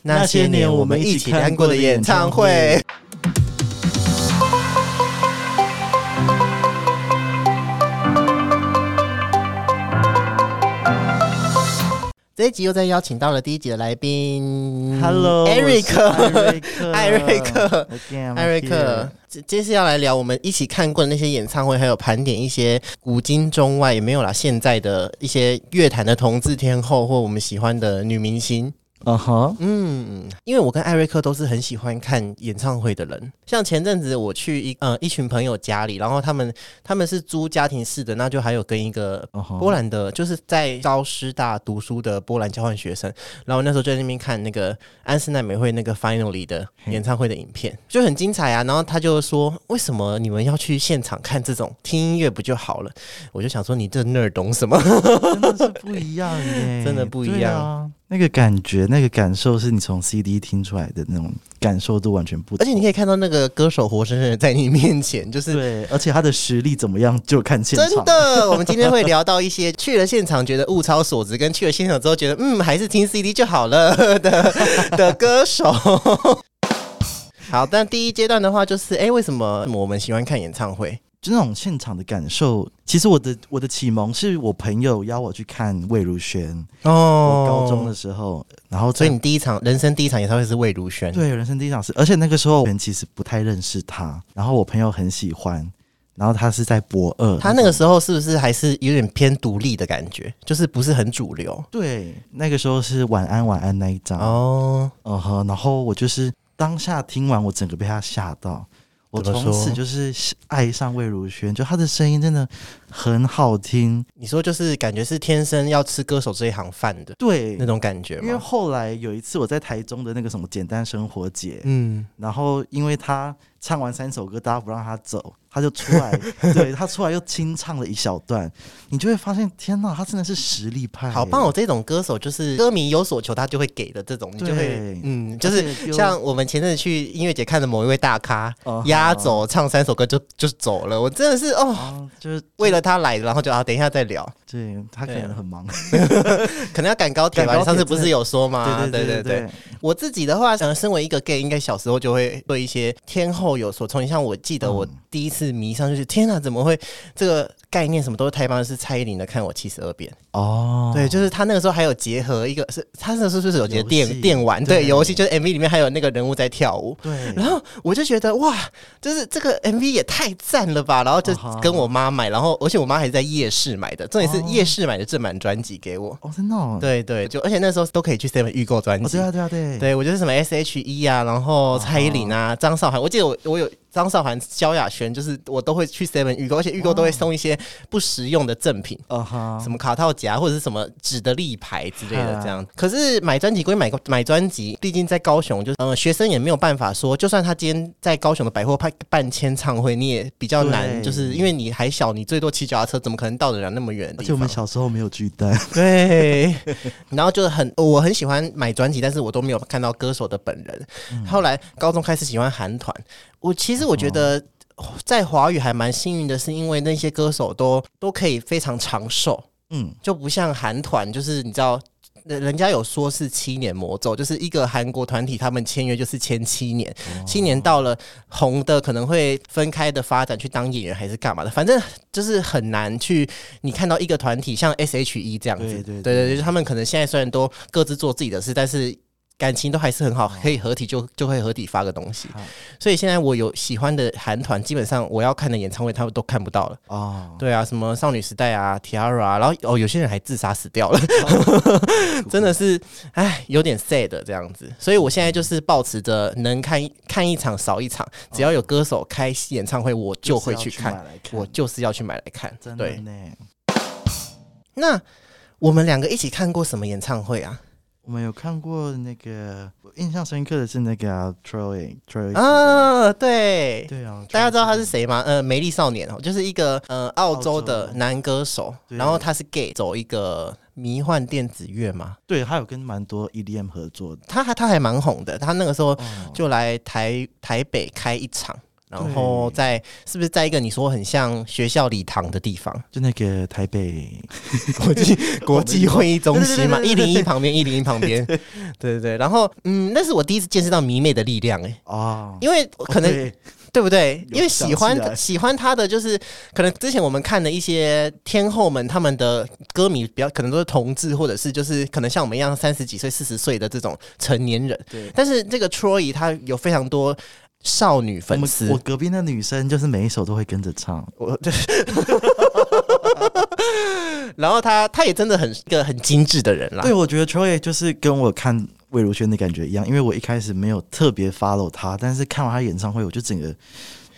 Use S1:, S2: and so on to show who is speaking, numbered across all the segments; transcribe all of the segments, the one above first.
S1: 那些年我们一起看过的演唱会。这一集又再邀请到了第一集的来宾
S2: Hello，
S1: ，Eric，艾
S2: 艾
S1: 瑞
S2: 瑞
S1: 克
S2: 克，Again，I'm
S1: 艾瑞克
S2: here。。
S1: 这这次要来聊我们一起看过的那些演唱会，还有盘点一些古今中外也没有啦，现在的一些乐坛的同志天后或我们喜欢的女明星。
S2: 嗯哼，
S1: 嗯，因为我跟艾瑞克都是很喜欢看演唱会的人。像前阵子我去一呃一群朋友家里，然后他们他们是租家庭式的，那就还有跟一个
S2: 嗯哼，
S1: 波兰的，就是在招师大读书的波兰交换学生，然后那时候就在那边看那个安室奈美惠那个 Finally 的演唱会的影片，就很精彩啊。然后他就说：“为什么你们要去现场看这种听音乐不就好了？”我就想说：“你这那儿懂什么
S2: 真的是不一样耶，
S1: 真的不一
S2: 对啊那个感觉，那个感受是你从 CD 听出来的那种感受度完全不？”同。
S1: 而且你可以看到那个歌手活生生的在你面前，就是
S2: 对，而且他的实力怎么样，就看现
S1: 真
S2: 场。
S1: 的，我们今天会聊到一些去了现场觉得物超所值，跟去了现场之后觉得嗯还是听 CD 就好了 的的歌手。好，但第一阶段的话，就是哎、诶为什么我们喜欢看演唱会？
S2: 就那种现场的感受。其实我的我的启蒙是我朋友邀我去看魏如萱，
S1: 哦
S2: 我高中的，时候，然后
S1: 所以
S2: 在
S1: 你第一场人生第一场演唱会是魏如萱，
S2: 对人生第一场是，而且那个时候我们其实不太认识他，然后我朋友很喜欢，然后他是在博二，
S1: 他那个时候是不是还是有点偏独立的感觉，就是不是很主流？
S2: 对那个时候是晚安晚安那一张，哦
S1: 哦，
S2: 呵，然后我就是当下听完，我整个被他吓到。我
S1: 怎么
S2: 从此
S1: 说
S2: 就是爱上魏如萱，就她的声音真的很好听，
S1: 你说就是感觉是天生要吃歌手这一行饭的
S2: 对
S1: 那，种感觉
S2: 因为
S1: 吗？
S2: 后来有一次我在台中的那个什么简单生活节，
S1: 嗯，
S2: 然后因为他唱完三首歌，大家不让他走，他就出 来，对他出来又清唱了一小段，你就会发现，天呐，他真的是实力派，
S1: 好棒！哦！这种歌手就是歌迷有所求，他就会给的这种，你就会
S2: 对
S1: 嗯，就
S2: 而且
S1: 是
S2: 又
S1: 像我们前阵子去音乐节看的某一位大咖
S2: 哦，
S1: 压轴唱三首歌就就走了，我真的是哦，
S2: 啊，就是
S1: 为了他来的，然后就啊，等一下再聊，
S2: 对他可
S1: 对啊
S2: 能很忙，
S1: 可能要赶高铁吧？
S2: 赶
S1: 你
S2: 高铁
S1: 上次不是有说吗？
S2: 对
S1: 啊对
S2: 对对
S1: 对。我自己的话，想身为一个 gay，应该小时候就会对一些天后有所憧憬。像我记得我
S2: 嗯
S1: 第一次迷上就是，天啊，怎么会这个概念什么都是太棒了？是蔡依林的《看我七十二变》。
S2: 哦，
S1: 对，就是他那个时候还有结合一个是，他那时候是不是有结合电
S2: 游戏
S1: 电玩？对，
S2: 对
S1: 游戏就是 MV 里面还有那个人物在跳舞。
S2: 对，
S1: 然后我就觉得哇，就是这个 MV 也太赞了吧！然后就
S2: 啊哈
S1: 跟我妈买，然后而且我妈还是在夜市买的，重点是
S2: 哦
S1: 夜市买的正版专辑给我。
S2: 哦，真的哦，
S1: 对对，就而且那时候都可以去 Seven 预购专
S2: 哦，
S1: 辑
S2: 对。啊，对啊，对，
S1: 对，我就是什么 S H E 啊，然后蔡依林啊，张韶涵，我记得我我有张韶涵、萧亚轩，就是我都会去 Seven 预购，而且预购
S2: 哦
S1: 都会送一些不实用的赠品。
S2: 啊哈，
S1: 什么卡套夹或者是什么纸的立牌之类的这样。可是买专辑归买买专辑，毕竟在高雄就是呃学生也没有办法说，就算他今天在高雄的百货办办签唱会，你也比较难，
S2: 对
S1: 就是因为你还小，你最多骑脚踏车，怎么可能到得了那么远的
S2: 而
S1: 地
S2: 且我们
S1: 方？
S2: 小时候没有巨蛋，
S1: 对，然后就是很我很喜欢买专辑，但是我都没有看到歌手的本人。后来高中开始喜欢韩团，我其实我觉得。在华语还蛮幸运的，是因为那些歌手都都可以非常长寿，
S2: 嗯，
S1: 就不像韩团，就是你知道，人人家有说是七年魔咒，就是一个韩国团体他们签约就是签七年，
S2: 哦
S1: 七年到了红的可能会分开的发展去当演员还是干嘛的，反正就是很难去你看到一个团体像 S.H.E 这样子，
S2: 对对
S1: 对
S2: 对
S1: 对，就是他们可能现在虽然都各自做自己的事，但是。感情都还是很好，可以合体就就会合体发个东西
S2: 哦好，
S1: 所以现在我有喜欢的韩团，基本上我要看的演唱会他们都看不到了。
S2: 哦，
S1: 对啊，什么少女时代啊，Tiara 啊，然后哦，有些人还自杀死掉了，
S2: 哦
S1: 真的是，哎，有点 sad 这样子。所以我现在就是保持着能看一看一场少一场，只要有歌手开演唱会，我就会
S2: 是要
S1: 去
S2: 去买
S1: 看，
S2: 来看，
S1: 我就是要去买来看。
S2: 真的
S1: 对，
S2: 呢。
S1: 那我们两个一起看过什么演唱会啊？
S2: 我们有看过那个，我印象深刻的是那个、啊、Troy Troy
S1: 啊，对，
S2: 对啊，
S1: 大家知道他是
S2: Travis
S1: 谁吗？呃，美丽少年哦，就是一个呃澳洲
S2: 澳
S1: 的
S2: 洲
S1: 男歌手，
S2: 对
S1: 然后他是 gay，走一个迷幻电子乐嘛。
S2: 对，他有跟蛮多 EDM 合作的。
S1: 他还他还蛮红的，他那个时候
S2: 哦，
S1: 就来台台北开一场，然后在是不是在一个你说很像学校礼堂的地 方，
S2: 就那个台北，
S1: 国际国际会议中心嘛，
S2: 对
S1: 一
S2: 对对对对
S1: 零一旁边，一零一旁边，对对对。然后嗯，那是我第一次见识到迷妹的力量、欸，
S2: 哦，
S1: 因为可能、
S2: 对
S1: 对不对？
S2: 有
S1: 因为喜欢
S2: 想起来
S1: 喜欢他的就是，可能之前我们看的一些天后们，他们的歌迷比较可能都是同志，或者是就是可能像我们一样三十几岁、四十岁的这种成年人。
S2: 对，
S1: 但是这个 Troy 他有非常多少女
S2: 我
S1: 粉
S2: 们
S1: 丝，
S2: 我隔壁那女生就是每一首都会跟着唱，
S1: 然后他他也真的很一个很精致的人啦。
S2: 对，我觉得 Troy 就是跟我看魏如萱的感觉一样，因为我一开始没有特别 follow 他，但是看完他演唱会，我就整个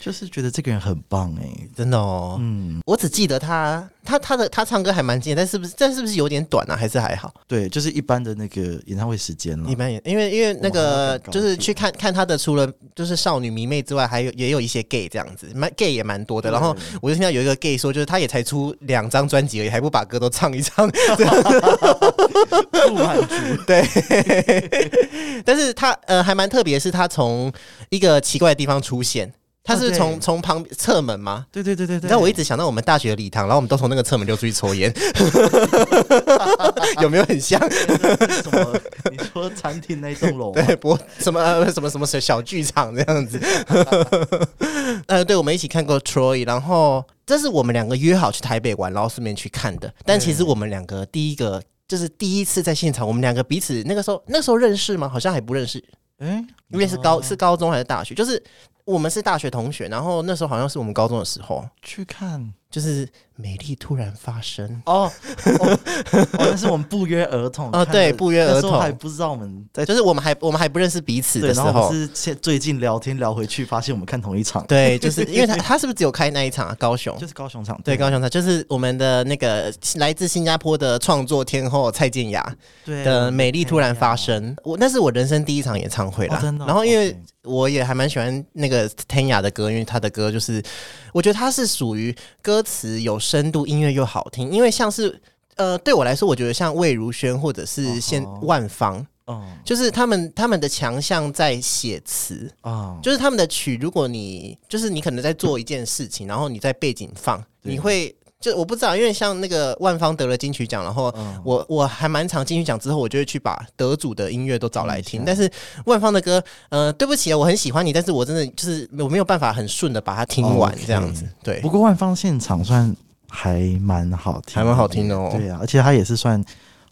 S2: 就是觉得这个人很棒哎、
S1: 真的哦，嗯，我只记得他，他他的他唱歌还蛮经典，但是不是但是不是有点短啊？还是还好？
S2: 对，就是一般的那个演唱会时间了
S1: 一。般也因为因为那
S2: 嗯我好
S1: 个
S2: 像搞
S1: 就是
S2: 不
S1: 去看看他的，除了就是少女迷妹之外，还有也有一些 gay 这样子，蛮 gay 也蛮多的。然后我就听到有一个 gay 说，就是他也才出两张专辑而已，还不把歌都唱一 唱。
S2: 不满足，
S1: 但是他呃还蛮特别，是他从一个奇怪的地方出现。他
S2: 哦
S1: 是
S2: 对
S1: 从从旁侧门吗？
S2: 对对对对
S1: 你
S2: 对。
S1: 知道我一直想到我们大学的礼堂，然后我们都从那个侧门溜出去抽烟， 有没有很像？
S2: 什么？你说餐厅那栋楼吗？
S1: 对，不什么、呃、什么什么小小剧场这样子。 呃，对，我们一起看过 Troy，然后这是我们两个约好去台北玩，然后顺便去看的。但其实
S2: 嗯
S1: 我们两个第一个就是第一次在现场，我们两个彼此那个时候那时候认识吗？好像还不认识，
S2: 哎，
S1: 因为是高是高中还是大学，就是我们是大学同学，然后那时候好像是我们高中的时候。
S2: 去看
S1: 就是美丽突然发生，
S2: 哦，哦，哦那是我们不约而同
S1: 哦
S2: 看的
S1: 对不约而
S2: 那时候
S1: 同
S2: 还不知道我们在
S1: 就是我们还我们还不认识彼此
S2: 对，
S1: 的时
S2: 然后我
S1: 候
S2: 们，是现最近聊天聊回去，发现我们看同一场，
S1: 对，就是因为他他是不是只有开那一场啊？高雄
S2: 就是高雄场，
S1: 对，高雄菜就是我们的那个来自新加坡的创作天后蔡健雅
S2: 对
S1: 的《美丽突然发
S2: 生。
S1: 生》，我那是我人生第一场演唱会啦。
S2: 哦真的哦
S1: 然后因为
S2: OK
S1: 我也还蛮喜欢那个天雅的歌，因为她的歌就是我觉得她是属于歌词有深度，音乐又好听。因为像是呃，对我来说，我觉得像魏如萱或者
S2: 哦
S1: 是现
S2: 吼
S1: 万芳，
S2: 嗯
S1: 就是他们他们的强项在写词，
S2: 啊，
S1: 就是他们的曲，如果你就是你可能在做一件事情，然后你在背景放，
S2: 对
S1: 你会就我不知道，因为像那个万芳得了金曲奖，然后
S2: 嗯
S1: 我我还蛮常金曲奖之后，我就会去把得主的音乐都找来听
S2: 嗯，是
S1: 但是万芳的歌，呃，对不起啊，我很喜欢你，但是我真的就是我没有办法很顺的把它听完
S2: OK
S1: 这样子，对
S2: 不，过万芳现场算还蛮好听，
S1: 还蛮好听的哦。
S2: 对啊，而且他也是算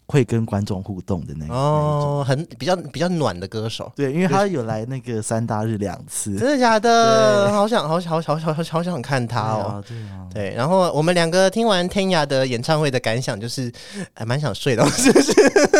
S2: 会跟观众互动的那个。
S1: 哦，很比较比较暖的歌手，
S2: 对，因为他有来那个三大日两次。
S1: 真的假的？好想好想好想好想好想好想看他哦。
S2: 对啊，对啊，
S1: 对，然后我们两个听完天涯的演唱会的感想就是，还蛮想睡的，哦是不是？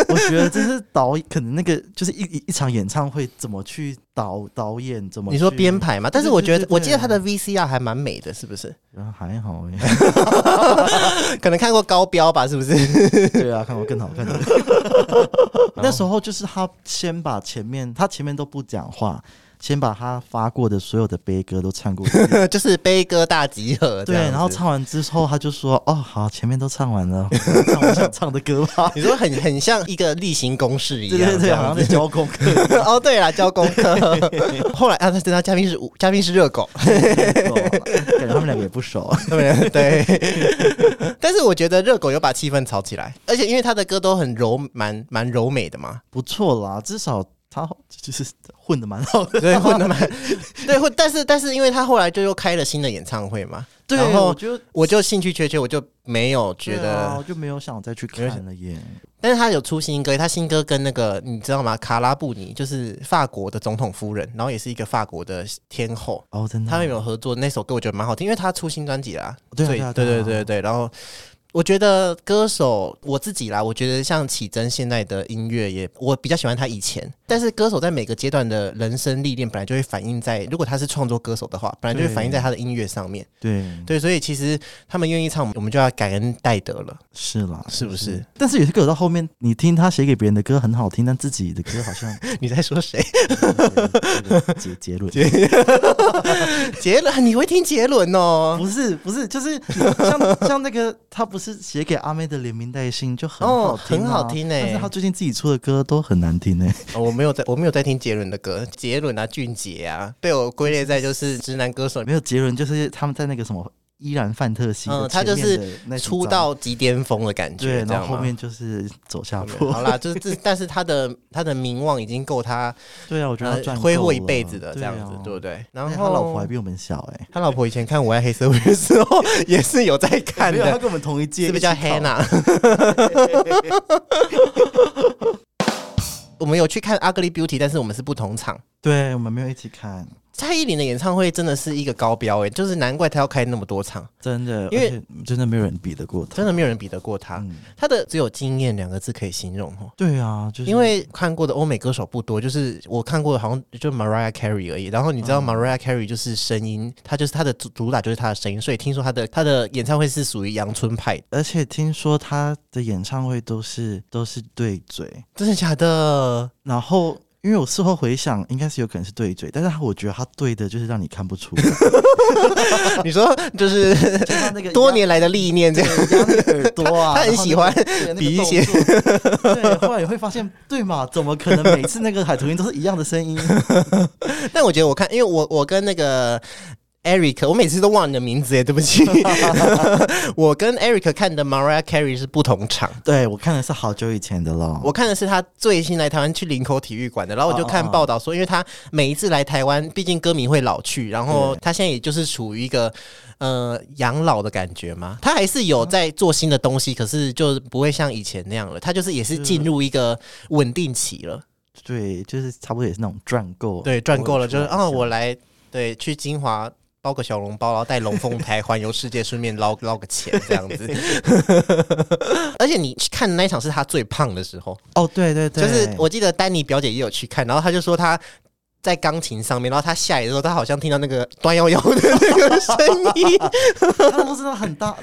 S2: 我觉得这是导演可能那个就是一一一场演唱会怎么去导导演怎么
S1: 你说
S2: 去
S1: 编，排嘛？但是我觉得
S2: 对对，对
S1: 我记得他的 VCR 还蛮美的，是不是？
S2: 啊还好哎，
S1: 可能看过高标吧，是不是？
S2: 对啊，看我更好看的。 那时候就是他先把前面他前面都不讲话，先把他发过的所有的悲歌都唱过一遍
S1: 就是悲歌大集合这
S2: 对，
S1: 样子，
S2: 然后唱完之后，他就说：“哦，好，前面都唱完 了，我唱我想唱的歌吧
S1: 哦。你说很很像一个例行公事”一
S2: 对
S1: 样，
S2: 对
S1: 这
S2: 对，
S1: 样
S2: 好像在
S1: 子
S2: 交功 课。
S1: 哦，对啦，交功课。 后来啊，他等他嘉宾是嘉宾是热狗，
S2: 感觉他们两个也不熟。
S1: 对 对。但是我觉得热狗有把气氛炒起来，而且因为他的歌都很柔，蛮蛮柔美的嘛。
S2: 不错啦，至少他就是混的蛮好的。
S1: 对，混的蛮 对混，但是但是因为他后来就又开了新的演唱会嘛，然
S2: 我
S1: 后
S2: 就
S1: 我就兴趣缺缺，我就没有觉
S2: 对啊
S1: 得，
S2: 我就没有想再去
S1: 没有
S2: 看了耶。
S1: 但是他有出新歌，他新歌跟那个你知道吗？卡拉布尼就是法国的总统夫人，然后也是一个法国的天后，
S2: 哦，真的
S1: 他
S2: 啊，
S1: 们有合作，那首歌我觉得蛮好听，因为他出新专辑啦，
S2: 对啊
S1: 所以
S2: 对啊
S1: 对
S2: 对
S1: 对对
S2: 啊
S1: 对，然后。我觉得歌手我自己啦，我觉得像启真现在的音乐也，我比较喜欢他以前。但是歌手在每个阶段的人生历练，本来就会反映在，如果他是创作歌手的话，本来就会
S2: 对
S1: 反映在他的音乐上面。
S2: 对，
S1: 对，所以其实他们愿意唱，我们就要感恩戴德了，
S2: 是啦，
S1: 是不是？
S2: 但是有些歌手到后面，你听他写给别人的歌很好听，但自己的歌 好像
S1: 你在说谁？
S2: 这个结结论
S1: 杰伦，你会听杰伦哦？
S2: 不是不是，就是你像像那个他不是写给阿妹的联名带信就很
S1: 哦
S2: 好听、啊
S1: 很好听欸
S2: 但是她最近自己出的歌都很难听呢、欸
S1: 哦我没有在，我没有在听杰伦的歌，杰伦啊，俊杰啊，被我归类在就是直男歌手里面。
S2: 没有杰伦就是他们在那个什么依然范特西的
S1: 嗯，他就
S2: 前面的
S1: 是
S2: 那几
S1: 出
S2: 张
S1: 道即巅峰的感
S2: 对
S1: 觉，，这
S2: 然
S1: 样
S2: 后后
S1: 吗？
S2: 面就是走下坡。
S1: 好啦，就是这，但是他的他的名望已经够他
S2: 对啊，我觉得他
S1: 呃
S2: 赚
S1: 挥
S2: 够
S1: 霍一
S2: 了
S1: 辈子的这
S2: 对
S1: 样
S2: 啊
S1: 子，对不对？然
S2: 而且
S1: 后
S2: 他老婆还比我们小哎、
S1: 他老婆以前看《我爱黑社会》的时候，也是有在看
S2: 没有，他
S1: 的，
S2: 跟我们同一届，
S1: 是不是叫
S2: 一起考
S1: Hannah？我们有去看《Ugly Beauty》，但是我们是不同场。
S2: 对，我们没有一起看，
S1: 蔡依林的演唱会真的是一个高标哎、就是难怪她要开那么多 场，
S2: 真的，
S1: 因为
S2: 而且真的没有人比得过他。
S1: 真的没有人比得过她。
S2: 嗯，
S1: 她的只有惊艳两个字可以形容哦。
S2: 对啊，就是
S1: 因为看过的欧美歌手不多，就是我看过的好像就 Mariah Carey 而已。然后你知
S2: 嗯
S1: 道 Mariah Carey 就是声音，她就是她的主主打就是她的声音，所以听说她的她的演唱会是属于阳春派的，
S2: 而且听说他的演唱会都是都是对嘴，
S1: 真的假 的？
S2: 然后因为我事后回想，应该是有可能是对嘴，但是他我觉得他对的就是让你看不出， 就
S1: 你说就是
S2: 他那个
S1: 多年来的历
S2: 啊
S1: 练这样，
S2: 压那个耳朵啊，
S1: 他他很
S2: 然后
S1: 喜欢
S2: 那个对那个
S1: 比一些
S2: 动作对，后来也会发现，对嘛？怎么可能每次那个海豚音都是一样的声 音？
S1: 但我觉得我看，因为我我跟那个 Eric，我每次都忘你的名字耶，对不 起。我跟 Eric 看的 Mariah Carey 是不同场，
S2: 对我看的是好久以前的了。
S1: 我看的是他最新来台湾去林口体育馆的，然后我就看
S2: 哦哦哦
S1: 报道说，因为他每一次来台湾，毕竟歌迷会老去，然后他现在也就是处于一个呃养老的感觉嘛，他还是有在做新的东西，可是就不会像以前那样了，他就是也是进入一个稳定期了，
S2: 对，就是差不多也是那种赚够，
S1: 对，赚够了就是
S2: 偶尔
S1: 啊，
S2: 出来一下
S1: 我来对去金华。包个小笼包，然后带龙凤胎环游世界，顺便捞捞个钱这样子。 而且你去看的那一场是他最胖的时候，
S2: 哦，对对对，
S1: 就是我记得丹尼表姐也有去看，然后她就说她在钢琴上面，然后她下来的时候，她好像听到那个端腰腰的那个声音，
S2: 他都真的很大，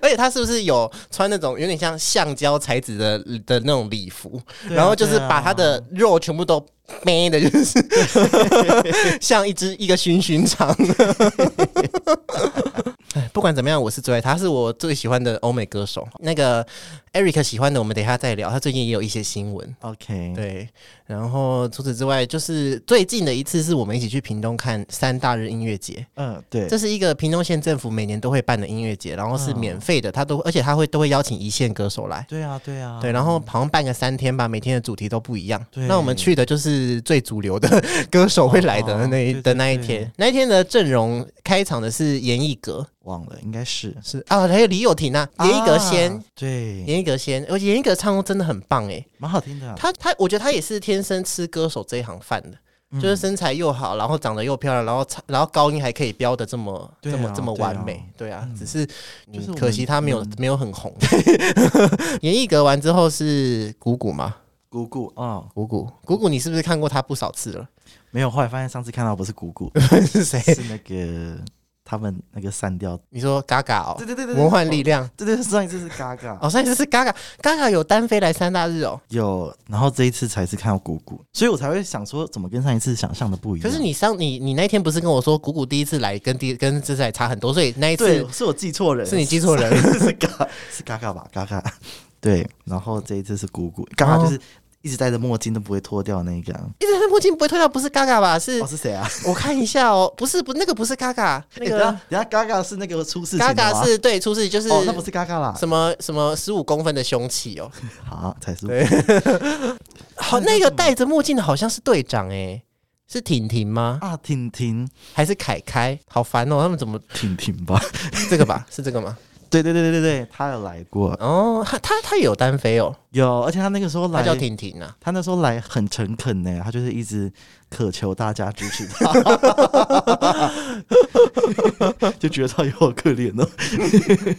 S1: 而且她是不是有穿那种有点像橡胶材质的的那种礼服，
S2: 对啊啊
S1: 然后就是把她的肉全部都 掰的，就是 像一只一个熏熏肠。哎 不管怎么样，我是最爱她，她是我最喜欢的欧美歌手。那个 Eric 喜欢的，我们等一下再聊。他最近也有一些新闻。
S2: OK，
S1: 对，然后除此之外，就是最近的一次是我们一起去屏东看三大日音乐节，
S2: 嗯，对，嗯
S1: 这是一个屏东县政府每年都会办的音乐节，然后是免费的，他都而且他会都会邀请一线歌手来。
S2: 对啊，对啊，
S1: 对，然后好像办个三天吧，每天的主题都不一样。
S2: 对
S1: 那我们去的就是最主流的歌手会来的
S2: 哦
S1: 那一
S2: 对
S1: 的
S2: 对
S1: 那一
S2: 对
S1: 天，那一天的阵容开场的是严艺格，
S2: 忘了，应该是
S1: 是啊，还有李友廷啊，严艺格先
S2: 啊，对，
S1: 严艺格先，而且严艺格唱功真的很棒哎、
S2: 蛮好听的啊，
S1: 他他，我觉得他也是天生吃歌手这一行饭的，
S2: 嗯
S1: 就是身材又好，然后长得又漂亮，然后唱然后高音还可以飙的这么、
S2: 对啊
S1: 这么这么
S2: 对啊
S1: 完美，对啊，只是、
S2: 就是
S1: 嗯
S2: 我们
S1: 可惜他没有、
S2: 嗯
S1: 没有很红。 演艺格完之后是谷谷嘛？
S2: 姑姑啊，
S1: 谷谷谷谷，你是不是看过他不少次了？
S2: 没有，后来发现上次看到不是姑姑，
S1: 是谁？
S2: 是那个他们那个散掉，
S1: 你说 Gaga 哦
S2: 对，对对对，
S1: 魔幻力，量
S2: 对对对，上一次是嘎嘎。
S1: 哦，上一次是 Gaga，Gaga 有单飞来三大日哦。
S2: 有，然后这一次才是看到姑姑，所以我才会想说，怎么跟上一次想象的不一样？
S1: 可是你上你你那天不是跟我说谷谷第一次来跟第跟这次来差很多，所以那一次
S2: 对，是我记错人，
S1: 是你记错人
S2: 是嘎是嘎嘎吧？嘎嘎，对，然后这一次是姑姑，嘎嘎
S1: 哦
S2: 就是一直戴着墨镜都不会脱掉那个啊，
S1: 一直在墨镜不会脱掉，不是 Gaga 吧？是
S2: 哦是谁啊？
S1: 我看一下哦，不是不那个不是 Gaga，那
S2: 诶 等一下
S1: 个
S2: 等一下嘎嘎是那个出事情的
S1: Gaga
S2: 吗
S1: 是对出事就是
S2: 哦，那不是嘎嘎啦，
S1: 什么什么十五公分的凶器 哦。
S2: 好才是
S1: 对好，那个戴着墨镜的好像是队长哎，是婷婷吗？
S2: 啊，婷婷
S1: 还是凯凯？好烦哦，他们怎么
S2: 婷婷吧？
S1: 这个吧？是这个吗？
S2: 对对对对对对，他有来过，
S1: 哦，他他他也有单飞哦，
S2: 有，而且他那个时候
S1: 他
S2: 来
S1: 叫婷婷啊。
S2: 他那时候来很诚恳呢，他就是一直渴求大家支持 他， 就觉得他有好可怜哦，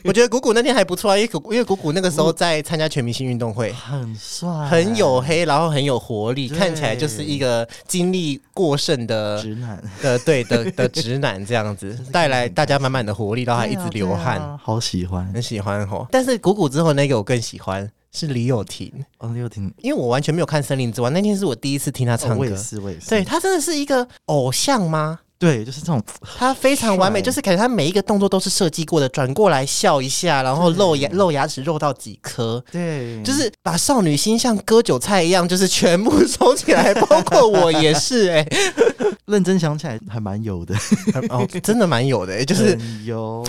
S1: 我觉得谷谷那天还不错啊，因为谷因为谷谷那个时候在参加全明星运动会。
S2: 很帅，
S1: 很黝黑，然后很有活力，
S2: 对
S1: 看起来就是一个精力过剩的
S2: 直男，
S1: 的对的的直男这样 子，带来大家满满的活力，然后还一直流汗，嗯
S2: 对啊对啊好喜欢。
S1: 很喜欢吼。但是谷谷之后那个我更喜欢是李友廷，
S2: 哦，又挺，
S1: 因为我哦完全没有看《森林之王》，那天是我第一次听他唱
S2: 我
S1: 歌，
S2: 也是，我也是，
S1: 对他真的是一个偶像吗？
S2: 对，就是这种
S1: 他非常完美，
S2: 帅
S1: 就是感觉他每一个动作都是设计过的，转过来笑一下，然后露
S2: 嗯
S1: 牙露牙齿露到几颗。
S2: 对，
S1: 就是把少女心像割韭菜一样，就是全部收起来，包括我也是 哎、
S2: 认真想起来还蛮有的，
S1: 哦，真的蛮有的、欸， 就是
S2: 很 有，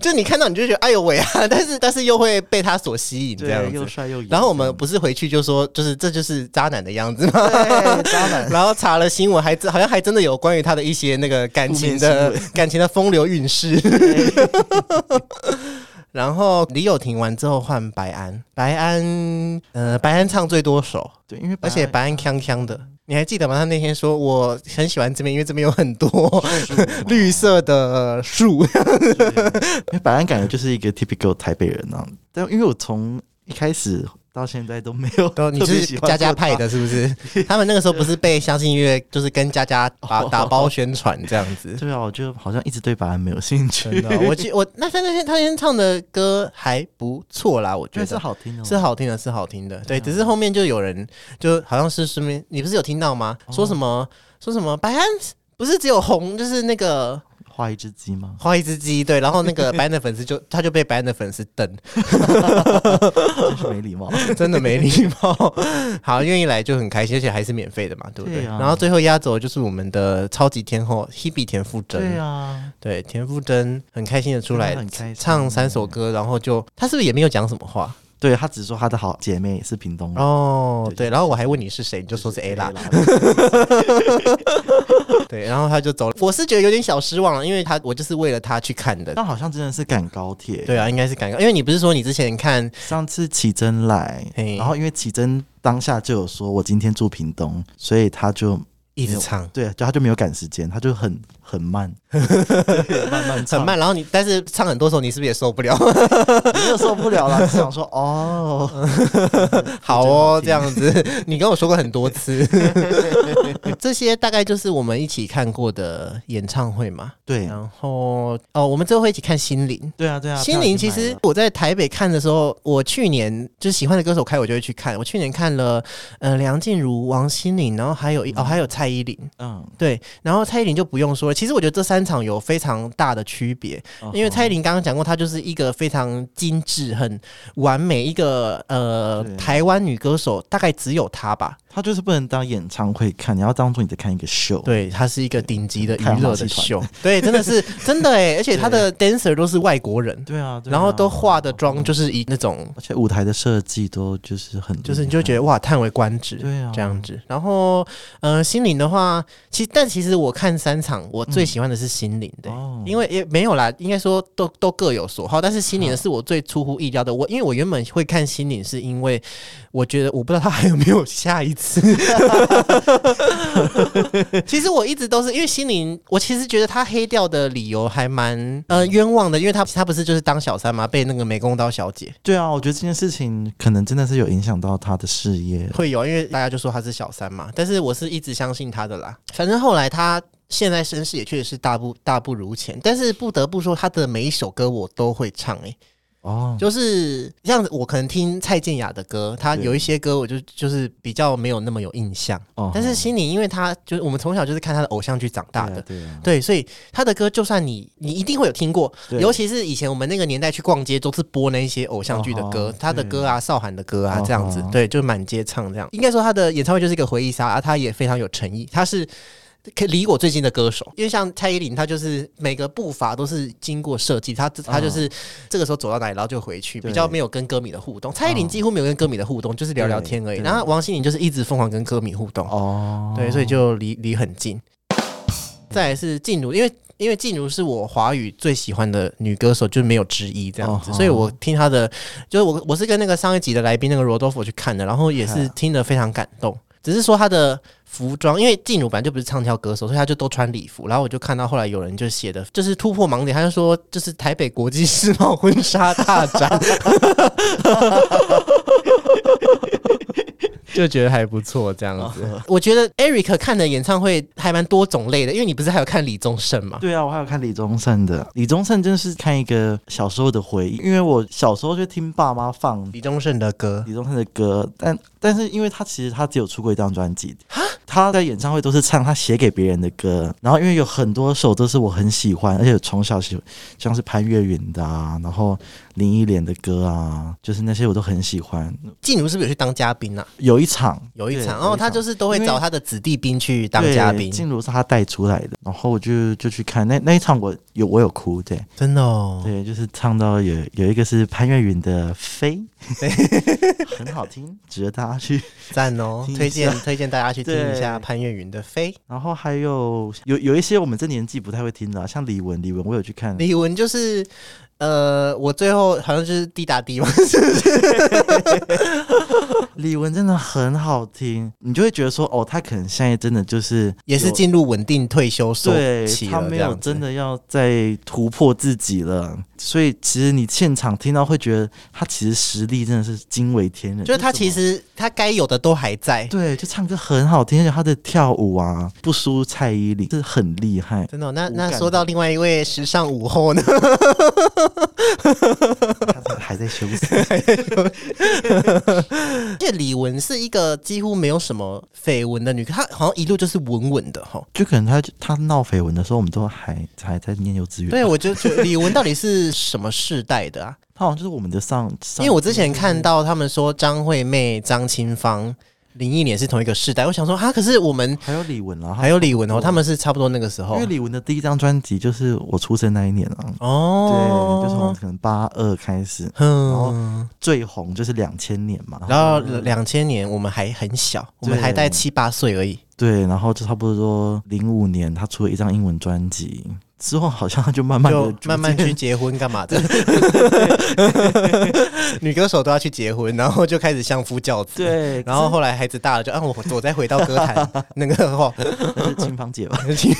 S1: 就你看到你就觉得哎呦喂啊， 但是但是又会被他所吸引这样
S2: 对，又
S1: 子。
S2: 帅又有。
S1: 然后我们不是回去就说，就是这就是渣男的样子吗？
S2: 对渣男，
S1: 然后查了新闻，还真好像还真的有关于他的一些那个感情
S2: 负
S1: 的
S2: 面
S1: 感情的风流韵事。然后李友廷完之后换白安，白安呃白安唱最多首，
S2: 对，因为本
S1: 而且
S2: 来
S1: 白安锵锵的，你还记得吗？他那天说我很喜欢这边，因为这边有很 多绿色的树。
S2: 因为白安感觉就是一个 typical 台北人啊，但因为我从一开始到现在都 没有
S1: 都哦你
S2: 特别
S1: 是
S2: 喜欢
S1: 佳佳
S2: 过他
S1: 派，的，是不是？他们那个时候不是被相信音乐就是跟佳佳打打包宣传这样子。
S2: 对啊，我就好像一直对白安没有兴趣，
S1: 真的，我记我那他那天他那天唱的歌还不错啦，我觉
S2: 觉
S1: 得
S2: 得是好听的，哦
S1: 是啊好听的，是好听的。对，
S2: 嗯对啊
S1: 只是后面就有人就好像是身边，你不是有听到吗？
S2: 哦
S1: 说什么说什么白安不是只有红，就是那个
S2: 画一只鸡吗？
S1: 花一只鸡对，然后那个白安的粉丝就 他就被白安的粉丝瞪，
S2: 真是没礼貌。
S1: 真的没礼 貌。好，愿意来就很开心，而且还是免费的嘛，对不对？
S2: 对啊
S1: 然后最后压轴就是我们的超级天后 Hebe 田馥甄，
S2: 对啊，
S1: 对田馥甄很开心的出来
S2: 真的很开心
S1: 唱三首歌，然后就他是不是也没有讲什么话？
S2: 对她只说她的好姐妹是屏东人，
S1: 哦，
S2: 嗯对
S1: 对，然后我还问你是谁，你就说是 A 啦， 对，然后他就走了。我是觉得有点小失望了，因为他我就是为了他去看的。
S2: 但好像真的是赶高铁。
S1: 对啊，应该是尴尬，因为你不是说你之前看
S2: 上次奇珍来
S1: 嘿，
S2: 然后因为奇珍当下就有说我今天住屏东，所以他就
S1: 一直唱
S2: 对，就他就没有赶时间，他就很 很慢，对慢慢唱
S1: 很，慢，然后你但是唱很多时候你是不是也受不 了？
S2: 你就受不了了，就想说哦，
S1: 好哦，
S2: 真好听
S1: 这样子， 你跟我说过很多 次。这些大概就是我们一起看过的演唱会嘛。
S2: 对
S1: 然后哦，我们最后一起看心灵。
S2: 对啊对啊，
S1: 心灵其
S2: 票已经
S1: 实
S2: 买了
S1: 我在台北看的时候，我去年就喜欢的歌手开我就会去看。我去年看了呃梁静茹、王心凌，然后还有一、哦还有蔡依林，
S2: 嗯，
S1: 对，然后蔡依林就不用说了。其实我觉得这三场有非常大的区别，
S2: 嗯哦
S1: 因为蔡依林刚刚讲过，她就是一个非常精致、很完美一个呃
S2: 对
S1: 台湾女歌手，大概只有她吧。
S2: 他就是不能当演唱会看，你要当做你在看一个秀，
S1: 对，她是一个顶级的娱
S2: 太阳
S1: 乐
S2: 马戏
S1: 的
S2: 团
S1: 秀，对，真的是真的哎、而且她 的 dancer 都是外国人，
S2: 对啊，嗯对啊
S1: 然后都化的妆就是以那种
S2: 而且舞台的设计都就是很，
S1: 就是你就觉得哇，叹为观止，
S2: 嗯对啊
S1: 这样子。然后，呃，心灵的话，其实但其实我看三场，我最喜欢的是心灵的、
S2: 嗯哦
S1: 因为也没有啦，应该说都都各有所好，但是
S2: 嗯
S1: 心灵的是我最出乎意料的。我因为我原本会看心灵，是因为我觉得我不知道他还有没有下一次。 其实我一直都是因为心灵，我其实觉得他黑掉的理由还蛮呃冤枉的，因为他他不是就是当小三嘛，被那个美工刀小姐
S2: 对啊，我觉得这件事情可能真的是有影响到他的事业，
S1: 会有，因为大家就说他是小三嘛，但是我是一直相信他的啦。反正后来他现在身世也确实是大不大不如前，但是不得不说他的每一首歌我都会唱、欸，
S2: 哦，
S1: 就是这样子。我可能听蔡健雅的歌，他
S2: 对
S1: 有一些歌我就就是比较没有那么有印象，
S2: 哦
S1: 但是心里因为他就是我们从小就是看他的偶像剧长大的。
S2: 对啊，
S1: 对，所以他的歌就算你你一定会有听过，
S2: 对
S1: 尤其是以前我们那个年代去逛街，都是播那一些偶像剧的歌，
S2: 哦吼
S1: 他的歌啊，韶涵的歌啊，
S2: 哦
S1: 这样子
S2: 吼，
S1: 对，就满街唱这样。应该说他的演唱会就是一个回忆杀，啊，他也非常有诚意，他是。可离我最近的歌手，因为像蔡依林，她就是每个步伐都是经过设计，她她就是这个时候走到哪里，然后就回去，比
S2: 嗯对哦
S1: 较没有跟歌迷的互动。蔡依林几乎没有跟歌迷的互动，就是聊聊天而已。
S2: 对对
S1: 然后王心凌就是一直疯狂跟歌迷互动，
S2: 哦，
S1: 对，所以就离离很近。再来是静茹，因为因为静茹是我华语最喜欢的女歌手，就是没有之一这样子，
S2: 哦
S1: 所以我听她的，就是我我是跟那个上一集的来宾那个罗多夫去看的，然后也 是
S2: 啊
S1: 听得非常感动。只是说她的服装，因为静茹本来就不是唱跳歌手，所以她就都穿礼服。然后我就看到后来有人就写的，就是突破盲点，他就说就是台北国际世贸婚纱大展， 就觉得还不错这样子。 我觉得 Eric 看的演唱会还蛮多种类的，因为你不是还有看李宗盛嘛？
S2: 对啊，我还有看李宗盛的，李宗盛真的是看一个小时候的回忆，因为我小时候就听爸妈放
S1: 李宗盛的歌
S2: 李宗盛的歌，但但是因为他其实他只有出过一张专辑，他在演唱会都是唱他写给别人的歌，然后因为有很多首都是我很喜欢，而且从小喜欢，像是潘越云的啊，然后林忆莲的歌啊，就是那些我都很喜欢。
S1: 静茹是不是有去当嘉宾啊？
S2: 有一场
S1: 有一
S2: 对
S1: 场，
S2: 有
S1: 哦，
S2: 一
S1: 他就是都会
S2: 因为
S1: 找他的子弟兵去当嘉宾，
S2: 静茹是他带出来的，然后我就就去看那那一场我，有我有哭，对、
S1: 真的哦。
S2: 对，就是唱到有有一个是潘越云的《飞》， 很好听，值得大家去。
S1: 赞哦，
S2: 听一
S1: 推荐
S2: 下
S1: 推荐大家去听一下
S2: 对
S1: 潘越云的《飞》。
S2: 然后还有有有一些我们这年纪不太会听的啊、像李玟，李玟我有去看，
S1: 李玟就是，呃，我最后好像就是滴答滴嘛，
S2: 李玟真的很好听，你就会觉得说哦，他可能现在真的就是
S1: 也是
S2: 有
S1: 进入稳定退休收
S2: 对
S1: 期
S2: 他
S1: 了，这
S2: 没有
S1: 样
S2: 真
S1: 子。
S2: 的要再突破自己了，所以其实你现场听到会觉得他其实实力真的是惊为天人，
S1: 就是他
S2: 怎
S1: 其
S2: 么
S1: 实他该有的都还在，
S2: 对，就唱歌很好听，而且他的跳舞啊不输蔡依林，是很厉 害。
S1: 真的哦、那
S2: 无
S1: 那
S2: 感
S1: 说
S2: 的
S1: 到另外一位时尚舞后呢，
S2: 他才还在休息，
S1: 这李玟是一个几乎没有什么绯闻的女，她好像一路就是稳稳的哈。
S2: 就可能他他闹绯闻的时候，我们都还还在念幼稚园。
S1: 对，我啊就觉得李玟到底是什么世代的啊？
S2: 他好像就是我们的上，上
S1: 因为我之前
S2: 嗯
S1: 看到他们说张惠妹、张清芳、林忆莲是同一个世代，我想说啊，可是我们
S2: 还有李玟啦，
S1: 还有李玟哦，他们是差不多那个时
S2: 啊因
S1: 候
S2: 为李玟的第一张专辑就是我出生那一年啊，
S1: 哦，
S2: 对，就从可能八二开始，
S1: 嗯，
S2: 最红就是两千年嘛，
S1: 然后
S2: 嗯
S1: 两千年我们还很小，我们还在七八岁而已。
S2: 对，然后就差不多零五年他出了一张英文专辑。之后好像就慢慢
S1: 就
S2: 的
S1: 慢慢去结婚干嘛 的？女歌手都要去结婚，然后就开始相夫教子。，
S2: 对，
S1: 然后 后来孩子大了就，啊，我我再回到歌坛那个 后，
S2: 那是清芳姐吧，
S1: 清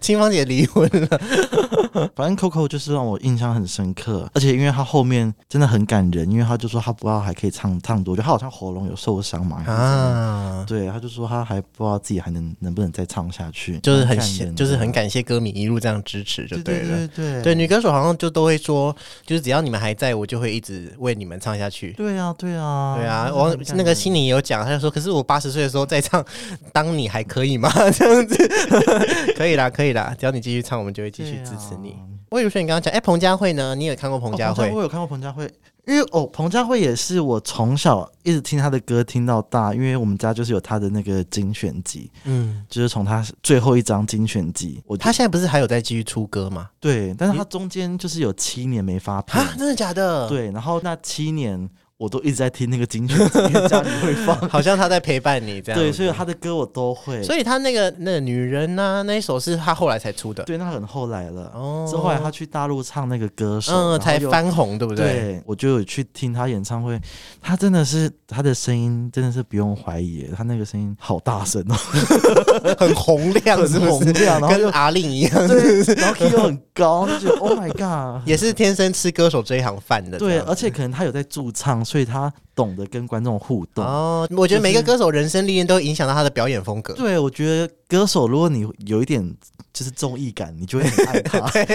S1: 清芳姐离婚了。
S2: 反正 Coco 就是让我印象很深刻，而且因为她后面真的很感人，因为她就说她不知道还可以唱唱多久，她好像喉咙有受伤嘛，啊，
S1: 啊，
S2: 对，她就说她还不知道自己还能能不能再唱下去，
S1: 就是很
S2: 感
S1: 谢
S2: 人
S1: 就是
S2: 的
S1: 很感谢歌迷一路这样支持，就
S2: 对
S1: 了。
S2: 对对
S1: 对，女歌手好像就都会说，就是只要你们还在，我就会一直为你们唱下去。
S2: 对啊，对啊，
S1: 对啊，王
S2: 很感
S1: 那个
S2: 人
S1: 心里也有讲，他就说，可是我八十岁的时候再唱，当你还可以吗？ 这样子， 可以啦，可以啦，只要你继续唱，我们就会继续支持你
S2: 对。啊
S1: 魏如萱，你刚刚讲，哎、彭佳慧呢？你也看过彭
S2: 哦
S1: 佳慧？
S2: 我有看过彭佳慧，因为哦，彭佳慧也是我从小一直听她的歌听到大，因为我们家就是有她的那个精选集，
S1: 嗯，
S2: 就是从她最后一张精选集，我
S1: 她
S2: 她
S1: 现在不是还有在继续出歌吗？
S2: 对，但是她中间就是有七年没发片，
S1: 啊，真的假的？，
S2: 对，然后那七年我都一直在听那 个精选集，因为家里会放，
S1: 好像她在陪伴你这样。
S2: 对，所以她的歌我都会，
S1: 所以她那个那个女人呐、那一首是她后来才出的，
S2: 对，那很后来了，
S1: 哦
S2: 之后后来她去大陆唱那个歌手，然后
S1: 嗯，才
S2: 又
S1: 翻红，对不对？
S2: 对，我就有去听他演唱会，他真的是他的声音真的是不用怀疑，他那个声音好大声哦，
S1: 很洪 亮，是
S2: 很
S1: 不
S2: 洪
S1: 是？
S2: 亮，然后
S1: 跟
S2: 又
S1: 阿令一样，
S2: 对，然后 key 又很高，就觉得 Oh my god。
S1: 也是天生吃歌手这一行饭的这
S2: 对，
S1: 样。
S2: 而且可能他有在驻唱，所以他懂得跟观众互动。
S1: 哦，我觉得每个歌手人生历练都会影响到他的表演风格。
S2: 对，我觉得歌手，如果你有一点就是综艺感，你就会很爱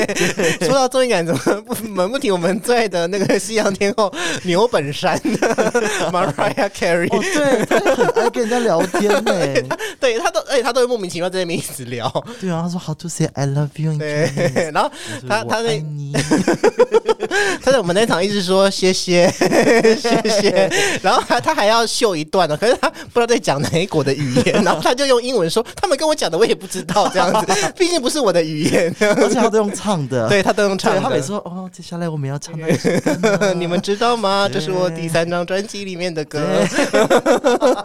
S2: 他。
S1: 说到综艺感，怎么不门不提我们最爱的那个西洋天后牛本山 Mariah
S2: 哦
S1: Carey？，
S2: 对，他也很爱跟人家聊天呢。
S1: 对他都，而且他都会莫名其妙在那边一直聊。
S2: 对啊，他说 How to say I love you in
S1: 对
S2: Chinese，，
S1: 然后
S2: 就是
S1: 他
S2: 我
S1: 他那
S2: 爱你
S1: 他在我们那场一直说谢谢 谢谢，然后他他还要秀一段哦呢，可是他不知道在讲哪一国的语 言，然后他就用英文说他们跟我讲的我也不知道这样 子，毕竟不是我的语言。
S2: 而且他都用唱的。
S1: 对他都用唱
S2: 对
S1: 的，
S2: 他每次说哦，接下来我们要唱那个什
S1: 你们知道吗？这是我
S2: 对
S1: 第三张专辑里面的歌。
S2: 么，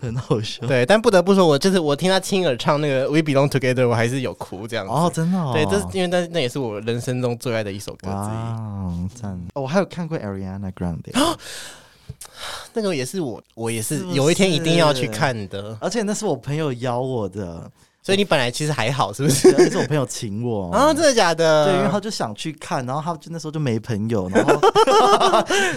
S2: 很好笑。
S1: 对，但不得不说，我这次我听他亲耳唱那个《We Belong Together》，我还是有哭这样子。
S2: 哦，真的、哦，
S1: 对，这是因为那那也是我人生中最爱的一首歌之一。
S2: 哇，赞！哦我还有看过 Ariana Grande，
S1: 那个也是我，我也是
S2: 是不
S1: 有一天一定要去
S2: 是
S1: 看的。
S2: 而且那是我朋友邀我的，
S1: 所以你本来其实还好，是不是？
S2: 而且是我朋友请我。
S1: 啊，真的假的？
S2: 哦对，因为他就想去看，然后他就那时候就没朋友，然后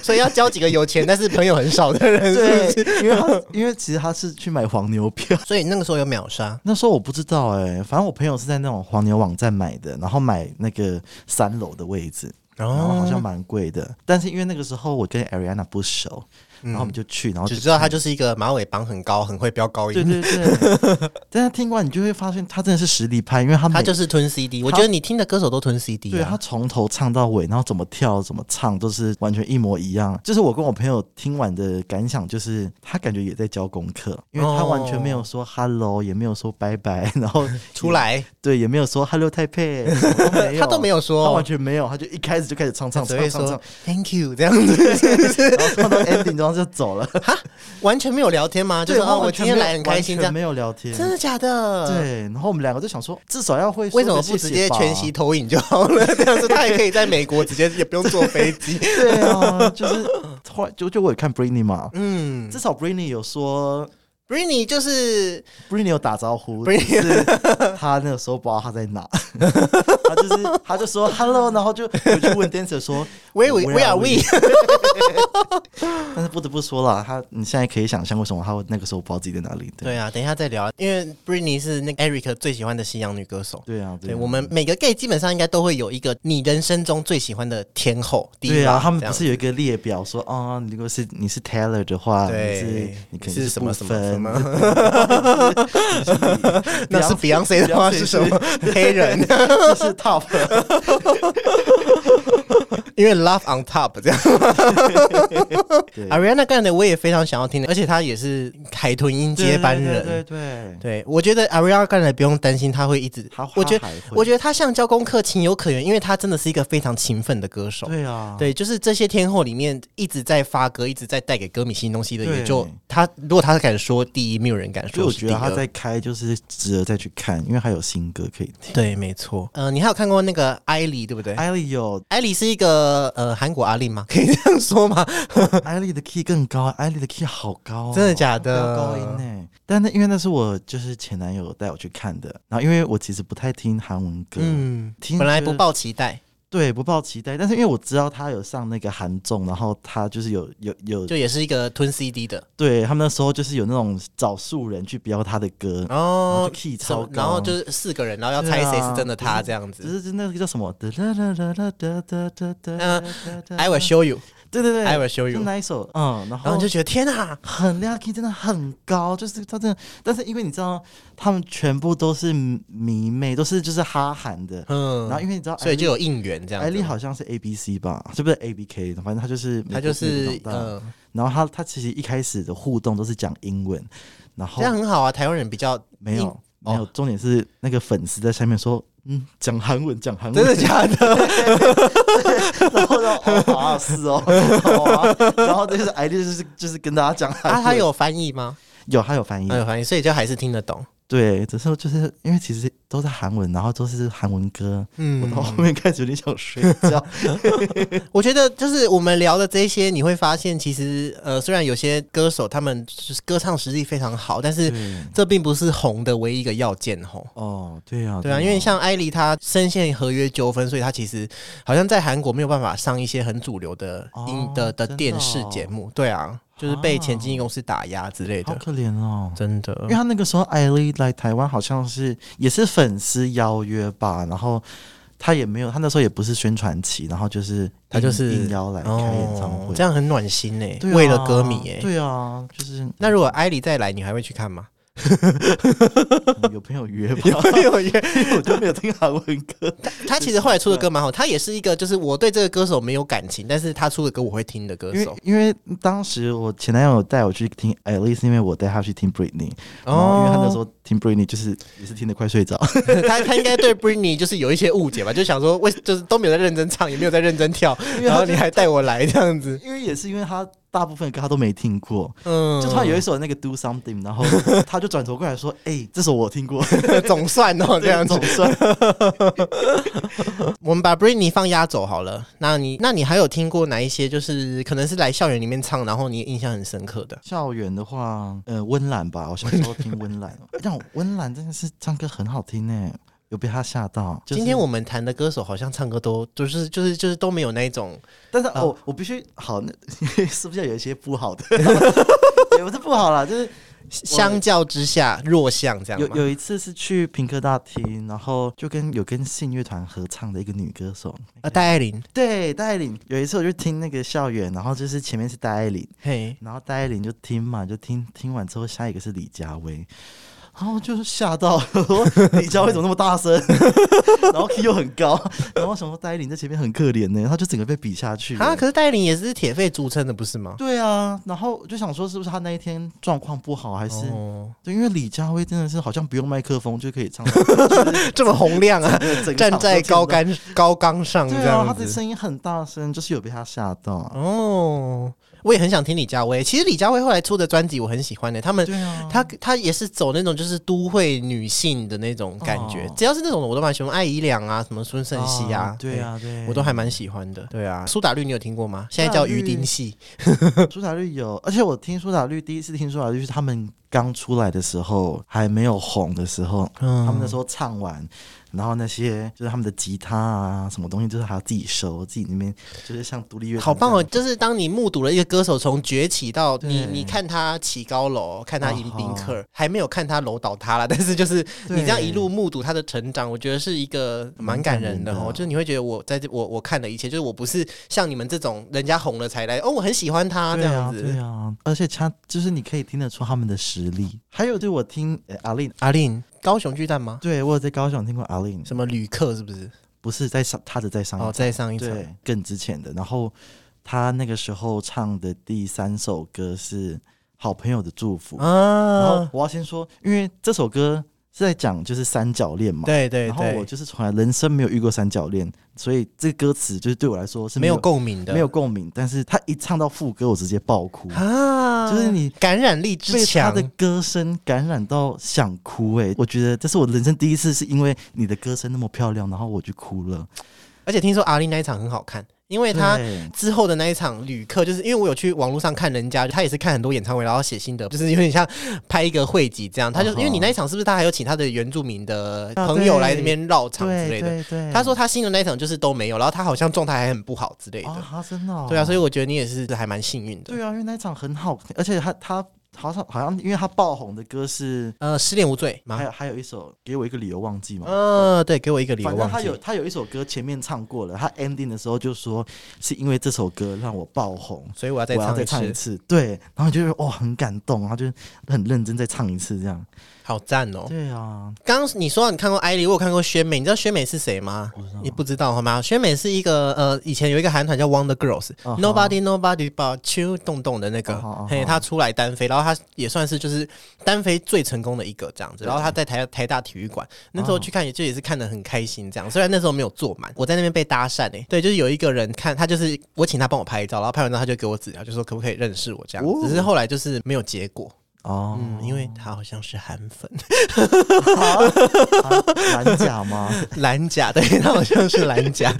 S1: 所以要交几个有钱但是朋友很少的人， 是不
S2: 对
S1: 是？，
S2: 因为他因为其实他是去买黄牛票，
S1: 所以那个时候有秒杀，
S2: 那时候我不知道哎、反正我朋友是在那种黄牛网站买的，然后买那个三楼的位置，
S1: 然
S2: 哦然后好像蛮贵的，但是因为那个时候我跟 Ariana 不熟，然后我们就去，然后就
S1: 只知道他就是一个马尾绑很高，很会飙高
S2: 对
S1: 音。
S2: 对对， 但是听完你就会发现他真的是实力派，因为他
S1: 他
S2: 每
S1: 就是吞 CD，我觉得你听的歌手都吞 CD
S2: 对
S1: 啊
S2: 他。从头唱到尾，然后怎么跳怎么唱都是完全一模一样。就是我跟我朋友听完的感想，就是他感觉也在教功课，因为他完全没有说 hello，也没有说拜拜，然 后
S1: 出来，
S2: 对也没有说 hello 太配，什么都没 有
S1: 他都没有
S2: 他完
S1: 说，
S2: 全没有，他就一开始就开始唱唱
S1: 只
S2: 唱
S1: 会
S2: 唱
S1: 说
S2: 唱，
S1: Thank you 这样子，
S2: 然后唱到 ending 然后就走 了。
S1: 完全没有聊天吗？就是
S2: 对他
S1: 哦，我
S2: 完
S1: 今
S2: 全
S1: 天
S2: 没有
S1: 来很开心，这
S2: 完全
S1: 样
S2: 没有聊天，
S1: 真的假的？。
S2: 对。然后我们两个就想说，至少要会说
S1: 为什么
S2: 个
S1: 不
S2: 谢
S1: 直
S2: 谢
S1: 接
S2: 吧
S1: 全息投影就好了？这样子他也可以在美国直接也不用坐飞 机。
S2: 对啊，就是后来就就我也看 Britney 嘛，
S1: 嗯
S2: 至少 Britney 有说
S1: ，Britney 就是，
S2: Britney 有打招呼，只
S1: Britney
S2: 是他那个时候不知道他在 哪，他就是他就说 Hello，然后就我就问 dancer 说
S1: Where we- where are we？
S2: 但是不得不说啦，他你现在可以想象为什么他会那个时候不知道自己在哪里，对
S1: 对啊，等一下再聊，因为 Britney 是那个 Eric 最喜欢的西洋女歌手。
S2: 对啊，
S1: 对
S2: 啊
S1: 我们每个 gay 基本上应该都会有一个你人生中最喜欢的天后，第一
S2: 对啊，他们
S1: 这
S2: 不
S1: 样
S2: 是有一个列表说啊，如果是你是 Taylor 的话，你是
S1: 对，
S2: 你可能
S1: 是什么
S2: 不
S1: 什么什
S2: 分，
S1: 么， 那
S2: 那
S1: 是 Beyonce 的 话是什么？黑 人，
S2: 这是 Top，
S1: 因为 Love on Top 这样。
S2: 对
S1: Ariana Grande 我也非常想要听的，而且她也是海豚音接班人。
S2: 对对对，
S1: 对，我觉得 Ariana Grande 不用担心，她会一直
S2: 他，
S1: 我觉得。
S2: 得
S1: 我觉得她像交功课情有可原，因为她真的是一个非常勤奋的歌手。
S2: 对啊，
S1: 对，就是这些天后里面一直在发歌，一直在带给歌迷新东西的，
S2: 对
S1: 也就她。如果她敢说第一，没有人敢
S2: 所以
S1: 说
S2: 我
S1: 是
S2: 觉
S1: 第
S2: 得他
S1: 二。
S2: 在开就是值得再去看，因为还有新歌可以听。
S1: 对，没错。呃，你还有看过那个艾莉，对不对？
S2: 艾丽有
S1: 艾莉是一个呃韩国阿令吗？可以这样说吗？
S2: 艾丽的 key 更高，艾丽的 key 好高哦、
S1: 真的假的
S2: 飙高音呢、但那因为那是我就是前男友带我去看的，然后因为我其实不太听韩文歌，
S1: 嗯，
S2: 听
S1: 本来
S2: 觉
S1: 不
S2: 得
S1: 抱期待，
S2: 对不抱期待，但是因为我知道他有上那个韩综，然后他就是有有有
S1: 就也是一个吞 CD 的
S2: 对他们那时候就是有那种找素人去飙他的歌，然后
S1: 哦
S2: 就 key 超高，
S1: 然后就是四个人，然后要猜谁是啊真的他这样
S2: 就
S1: 子。
S2: 是就那个叫什么哒哒哒哒哒哒哒哒哒哒哒
S1: I will show you,
S2: 对对对
S1: I will show
S2: 就
S1: you。
S2: 那一首，嗯，然后
S1: 然后你就觉得天啊，
S2: 很亮 key 真的很高，就是他真的，但是因为你知道，他们全部都是迷妹，都是就是哈韩的，
S1: 嗯
S2: 然后，因为你知道艾丽，
S1: 所以就有应援这样
S2: 艾丽
S1: 子。
S2: 好像是 A B C 吧，是不是 A B K？反正他就是美
S1: 他
S2: 国
S1: 就
S2: 美
S1: 是
S2: 国长大
S1: 嗯，
S2: 然后他他其实一开始的互动都是讲英文，然
S1: 这
S2: 后
S1: 样很好啊，台湾人比较
S2: 没
S1: 硬
S2: 有没有，重点是那个粉丝在下面说，嗯，讲韩文，讲韩文，
S1: 真的假的？
S2: 然后就哦好啊是哦，好啊，然后这个是 ID 就是就是跟大家讲韩
S1: 啊，
S2: 文，
S1: 他有翻译吗？
S2: 有他有翻译
S1: 他，有翻译，所以就还是听得 懂。
S2: 哎对，只是就是因为其实都是韩文，然后都是韩文歌，我
S1: 嗯
S2: 到后面开始有点想睡觉，
S1: 我觉得就是我们聊的这些，你会发现，其实呃，虽然有些歌手他们就是歌唱实力非常好，但是
S2: 对
S1: 这并不是红的唯一一个要件吼。
S2: 哦，对啊，
S1: 对啊，因为像艾莉她深陷合约纠纷，所以她其实好像在韩国没有办法上一些很主流的音、
S2: 哦
S1: 的的
S2: 真的
S1: 电视节目。对啊，就是被前经纪公司打压之类的，
S2: 好可怜哦。
S1: 真的
S2: 因为。他那个时候艾丽来台湾，好像是也是粉丝邀约吧，然后他也没有，他那时候也不是宣传期，然后就是
S1: 她就是
S2: 应邀来开演唱会，
S1: 哦，这样很暖心呢、欸
S2: 对啊
S1: 为了歌迷哎、
S2: 对啊，就是
S1: 那如果艾莉再来，你还会去看吗？
S2: 嗯有朋友约吧，
S1: 有约，
S2: 我就没有听韩文歌，
S1: 他其实后来出的歌蛮好，他也是一个就是我对这个歌手没有感情，但是他出的歌我会听的歌
S2: 因为
S1: 手。
S2: 因为当时我前男友带我去听 a l i 因为我带他去听 Britney，、
S1: 哦
S2: 然后因为他那时候听 Britney 就是也是听得快睡着，
S1: 他他应该对 Britney 就是有一些误解吧，就想说为就是都没有在认真唱，也没有在认真跳，
S2: 因为
S1: 然
S2: 他
S1: 后
S2: 就
S1: 你还带我来这样子，
S2: 因为也是因为他大部分歌他都没听过，
S1: 嗯，
S2: 就突然有一首那个 Do Something，然后他就转头过来说：“ 哎、这首我听过。
S1: 总算哦” 这样子
S2: 总。算
S1: 我们把 Britney 放压走好了。那你那你还有听过哪一些就是可能是来校园里面唱，然后你印象很深刻的？
S2: 校园的话，呃，温岚吧，我小时候听温岚，哦 但我温岚真的是唱歌很好听呢，有被他吓到。就是
S1: 今天我们谈的歌手好像唱歌都就是就是就是都没有那一种
S2: 但是
S1: 啊
S2: 哦，我必须好，那是不是要有一些不好的？也不是不好啦，就是
S1: 相较之下弱项这样
S2: 有
S1: 吗？
S2: 有一次是去平科大厅，然后就跟有跟信乐团合唱的一个女歌手，
S1: 啊，戴爱玲，
S2: 对戴爱玲。有一次我就听那个校园，然后就是前面是戴爱玲，
S1: 嘿，
S2: 然后戴爱玲就听嘛，就听听完之后，下一个是李佳薇，然后就是吓到，我说 李佳薇怎么那么大声，然后 key 又很高，然后我想说戴爱玲在前面很可怜呢，她就整个被比下去了。
S1: 啊，可是戴爱玲也是铁肺著称的，不是吗？
S2: 对啊，然后我就想说，是不是她那一天状况不好，还是、
S1: 哦，
S2: 对？因为李佳薇真的是好像不用麦克风就可 以唱，
S1: 嗯 这么洪亮啊，
S2: 整个
S1: 站
S2: 场
S1: 在
S2: 都听到
S1: 高杆高岗上这
S2: 对啊，
S1: 样
S2: 她
S1: 子
S2: 的。声音很大声，就是有被她吓到。
S1: 哦，我也很想听李佳薇。其实李佳薇后来出的专辑我很喜欢欸的、他们。
S2: 对啊，
S1: 她她也是走那种就是都会女性的那种感觉，
S2: 哦
S1: 只要是那种的我都蛮喜欢，艾怡良啊，什么孙盛熙啊，
S2: 对啊，对，
S1: 我都还蛮喜欢的。对啊，苏打绿你有听过
S2: 啊
S1: 吗？现在叫鱼丁戏
S2: 苏打绿有，而且我听苏打绿第一次听苏打绿是他们刚出来的时候，还没有红的时候，
S1: 嗯
S2: 他们那时候唱完，然后那些就是他们的吉他啊，什么东西，就是还要自己收，自己那边就是像独立乐团
S1: 好棒
S2: 这
S1: 哦！
S2: 样！
S1: 就是当你目睹了一个歌手从崛起到你，
S2: 对哦
S1: 你看他起高楼，看他赢宾客，还没有看他楼倒塌 了，但是就是
S2: 对
S1: 哦你这样一路目睹他的成长，我觉得是一个蛮感人的
S2: 蛮感人
S1: 哦。
S2: 的啊
S1: 就是你会觉得我在这，我我看的一切，就是我不是像你们这种人家红了才来哦，我很喜欢他这
S2: 对
S1: 样
S2: 啊，
S1: 子。
S2: 对啊，而且他就是你可以听得出他们的实力。还有，对我听呃阿令，
S1: 阿令，高雄巨蛋吗？
S2: 对我有在高雄听过阿令，
S1: 什么旅客是不是？
S2: 不是在上他的啊在上一
S1: 哦，再上一层。
S2: 对，更之前的。然后他那个时候唱的第三首歌是《好朋友的祝福》然后
S1: 啊，
S2: 我要先说，因为这首歌是在讲就是三角恋嘛。
S1: 对对
S2: 然后我
S1: 对，
S2: 就是从来人生没有遇过三角恋，所以这歌词就是对我来说是
S1: 没
S2: 有
S1: 有共鸣的，
S2: 没有共鸣。但是他一唱到副歌，我直接爆哭，
S1: 啊，
S2: 就是你
S1: 感染力之
S2: 被他
S1: 强
S2: 的歌声感染到想哭、欸。哎，我觉得这是我人生第一次，是因为你的歌声那么漂亮，然后我就哭了。
S1: 而且听说阿丽那一场很好看，因为她
S2: 对
S1: 之后的那一场旅客，就是因为我有去网络上看人家，她也是看很多演唱会，然后写心得，就是有点像拍一个汇集这样。她就、
S2: 哦吼
S1: 因为你那一场是不是她还有请她的原住民的
S2: 啊
S1: 朋友
S2: 对
S1: 来那边绕场之
S2: 对
S1: 类的？
S2: 对对，
S1: 她说她新的那一场就是都没有，然后她好像状态还很不好之类的。
S2: 啊，真的、
S1: 对啊，所以
S2: 以
S1: 我觉得你也是还蛮幸运的。
S2: 对啊，因为那一场很好听，而且他他好像好像因为他爆红的歌是
S1: 呃，失恋无罪吗
S2: 还？有还有一首给我一个理由忘记嘛。
S1: 嗯、对，给我一个理由
S2: 呃反正他
S1: 忘记
S2: 有。他有一首歌前面唱过了，他 ending 的时候就说是因为这首歌让我爆红，
S1: 所以我要再
S2: 我要
S1: 唱
S2: 再
S1: 一
S2: 唱一
S1: 次，
S2: 次。对，然后就是哇很感动，然后就很认真再唱一次这样。
S1: 好赞哦！
S2: 对啊，
S1: 刚刚你说到你看过艾莉，我有看过宣美，你知道宣美是谁吗？你不知道好吗？宣美是一个呃，以前有一个韩团叫 Wonder Girls，Nobody、
S2: 啊哈
S1: Nobody But You 动动的那个
S2: 啊哈啊哈
S1: 嘿，她出来单飞，然后她也算是就是单飞最成功的一个这样子。然后她在台台大体育馆那时候去看，也就也是看得很开心这样。虽然那时候没有坐满，我在那边被搭讪诶、对，就是有一个人看他就是我请他帮我拍照，然后拍完照他就给我纸条，就说可不可以认识我这样。
S2: 哦
S1: 只是后来就是没有结果，
S2: 哦，
S1: 嗯，因为他好像是韩粉。
S2: 蓝甲 吗？
S1: 蓝甲，对，他好像是蓝甲，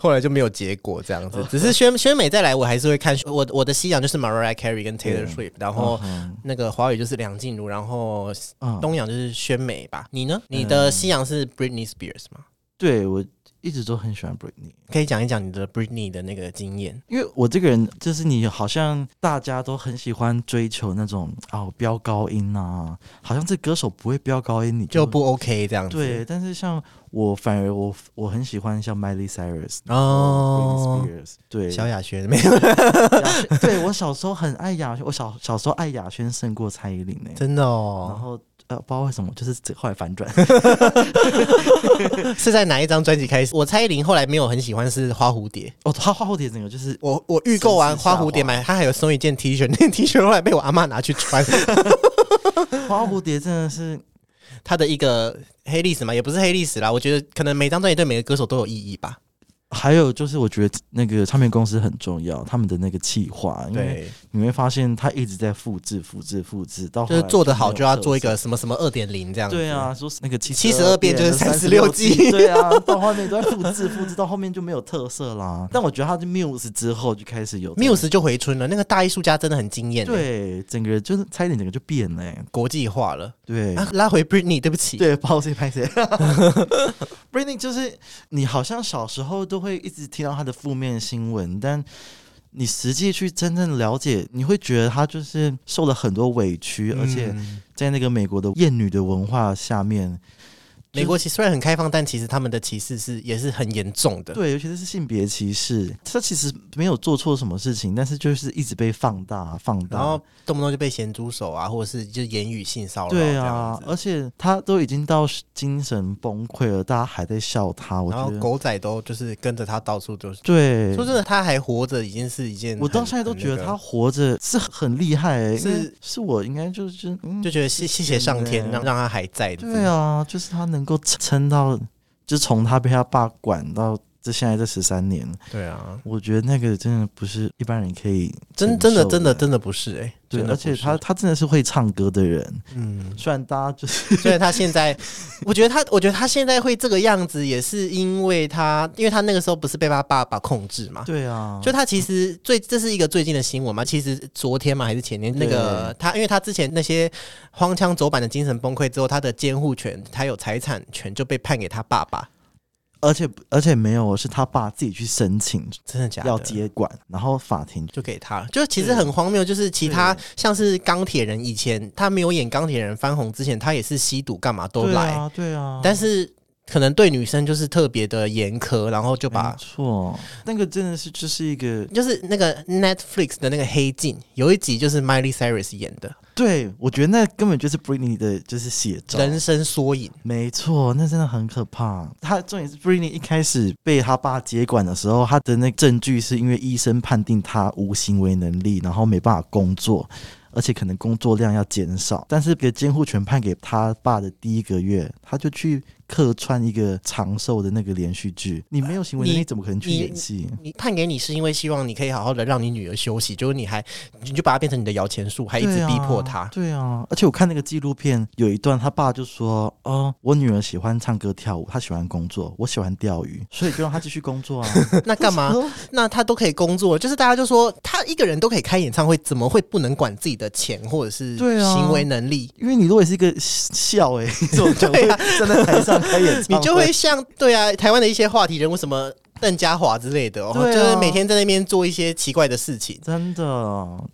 S1: 后来就没有结果这样子。只是宣宣美再来，我还是会看我我的西洋就是 Mariah Carey 跟 Taylor
S2: 嗯
S1: Swift，然后
S2: 嗯
S1: 那个华语就是梁静茹，然后
S2: 嗯，
S1: 东洋就是宣美吧。你呢？你的西洋是 Britney Spears 吗？
S2: 对我一直都很喜欢 Britney。
S1: 可以讲一讲你的 Britney 的那个经验。
S2: 因为我这个人就是你，好像大家都很喜欢追求那种哦飙高音啊，好像这歌手不会飙高音，你
S1: 就不 OK 这样子，
S2: 对。但是像我，反而我我很喜欢像 Miley Cyrus
S1: 哦
S2: b r i t n Spears，对，
S1: 萧亚轩没有，
S2: 亚轩，对我小时候很爱亚轩，我小小时候爱亚轩胜过蔡依林呢、
S1: 真的
S2: 然
S1: 哦，
S2: 后呃，不知道为什么，就是这后来反转，
S1: 是在哪一张专辑开始？我蔡依林后来没有很喜欢是花蝴蝶，
S2: 哦，他花蝴蝶整个就是
S1: 我我预购完
S2: 甚至下
S1: 花
S2: 滑
S1: 蝴蝶买，他还有送一件 T 恤，那 件 T 恤后来被我阿妈拿去穿。
S2: 花蝴蝶真的是
S1: 他的一个黑历史嘛，也不是黑历史啦，我觉得可能每张专辑对每个歌手都有意义吧。
S2: 还有就是，我觉得那个唱片公司很重要，他们的那个企划，因为
S1: 对，
S2: 你会发现他一直在复制、复制、复制，到
S1: 就是做得好就要做一
S2: 后
S1: 个什么什么二点零这样
S2: 来
S1: 子。
S2: 没有特色。对，啊，说是那个七
S1: 72变就是
S2: 36
S1: 36
S2: 对啊，到后面都在复制、复制，到后面就没有特色啦。 但我觉得他的 Muse 之后就开始有这种
S1: Muse 就回春了，那个大艺术家真的很惊艳、，欸
S2: 对整个人就是差一点整个就变了、欸，
S1: 国际化了。
S2: 对。
S1: 啊，拉回 Britney，对不起。
S2: 对，抱歉， 拍谁？Britney 就是你，好像小时候都会一直听到她的负面新闻，但你实际去真正了解，你会觉得他就是受了很多委屈，而
S1: 嗯
S2: 且在那个美国的艳女的文化下面，
S1: 美国其实虽然很开放，但其实他们的歧视是也是很严重的。
S2: 对，尤其是性别歧视，他其实没有做错什么事情，但是就是一直被放大放大，
S1: 然后动不动就被咸猪手啊，或者是就言语性骚扰，
S2: 对啊，，而且他都已经到精神崩溃了，大家还在笑他，我
S1: 然
S2: 觉
S1: 后
S2: 得
S1: 狗仔都就是跟着他到处都是。
S2: 对
S1: 说。真的，他还活着已经是一件很，
S2: 我到现在都
S1: 很
S2: 觉得
S1: 那
S2: 他
S1: 个
S2: 活着是很厉害、欸，
S1: 是
S2: 因为是我应该就是嗯
S1: 就觉得谢谢谢上天让让他还在。
S2: 对，啊，就是他能够撑撑到，就从他被他爸管到这现在这十三年，
S1: 对啊，
S2: 我觉得那个真的不是一般人可以
S1: 真
S2: 承
S1: 真的
S2: 受
S1: 真的真的不是哎、
S2: 对，
S1: 真的
S2: 而
S1: 不
S2: 且
S1: 是
S2: 他他真的是会唱歌的人，
S1: 嗯，
S2: 虽然大家就是
S1: 虽然他现在，我觉得他，我觉得他现在会这个样子，也是因为他，因为他那个时候不是被他爸爸控制嘛。
S2: 对啊，
S1: 就他其实最这是一个最近的新闻嘛，其实昨天嘛还是前天那个他，因为他之前那些荒腔走板的精神崩溃之后，他的监护权还有财产权就被判给他爸爸，
S2: 而且而且没有是他爸自己去申请
S1: 真的假的？
S2: 要接管，然后法庭
S1: 就给他，就是其实很荒谬，就是其他像是钢铁人以前他没有演钢铁人翻红之前，他也是吸毒干嘛都
S2: 对
S1: 来，
S2: 啊对啊，
S1: 但是可能对女生就是特别的严苛，然后就
S2: 没
S1: 把
S2: 错，那个真的是就是一个
S1: 就是那个 Netflix 的那个黑镜有一集就是 Miley Cyrus 演的
S2: 对我觉得那根本就是 Britney 的就是啊写照，
S1: 人生缩影，
S2: 没错，那真的很可怕。他重点是 Britney 一开始被他爸接管的时候，他的那个证据是因为医生判定他无行为能力，然后没办法工作，而且可能工作量要减少。但是给监护权判给他爸的第一个月，他就去客串一个长寿的那个连续剧。你没有行为能
S1: 你
S2: 力，怎么可能去
S1: 你
S2: 演戏？
S1: 你判给你是因为希望你可以好好的让你女儿休息，就是你还你就把它变成你的摇钱树，还一直逼迫 她。
S2: 对啊。对啊，而且我看那个纪录片，有一段他爸就说：“哦，我女儿喜欢唱歌跳舞，她喜欢工作，我喜欢钓鱼，所以就让她继续工作啊。
S1: 那干嘛？
S2: 哦
S1: 那她都可以工作，就是大家就说她一个人都可以开演唱会，怎么会不能管自己的钱或者是
S2: 对啊
S1: 行为能力？
S2: 因为你如果是一个笑哎、欸，怎么可能
S1: 对
S2: 会
S1: 啊
S2: 站在台上开演唱
S1: 你就会像对啊，台湾的一些话题人物什么邓家华之类的、哦，
S2: 对啊
S1: 就是每天在那边做一些奇怪的事情。
S2: 真的，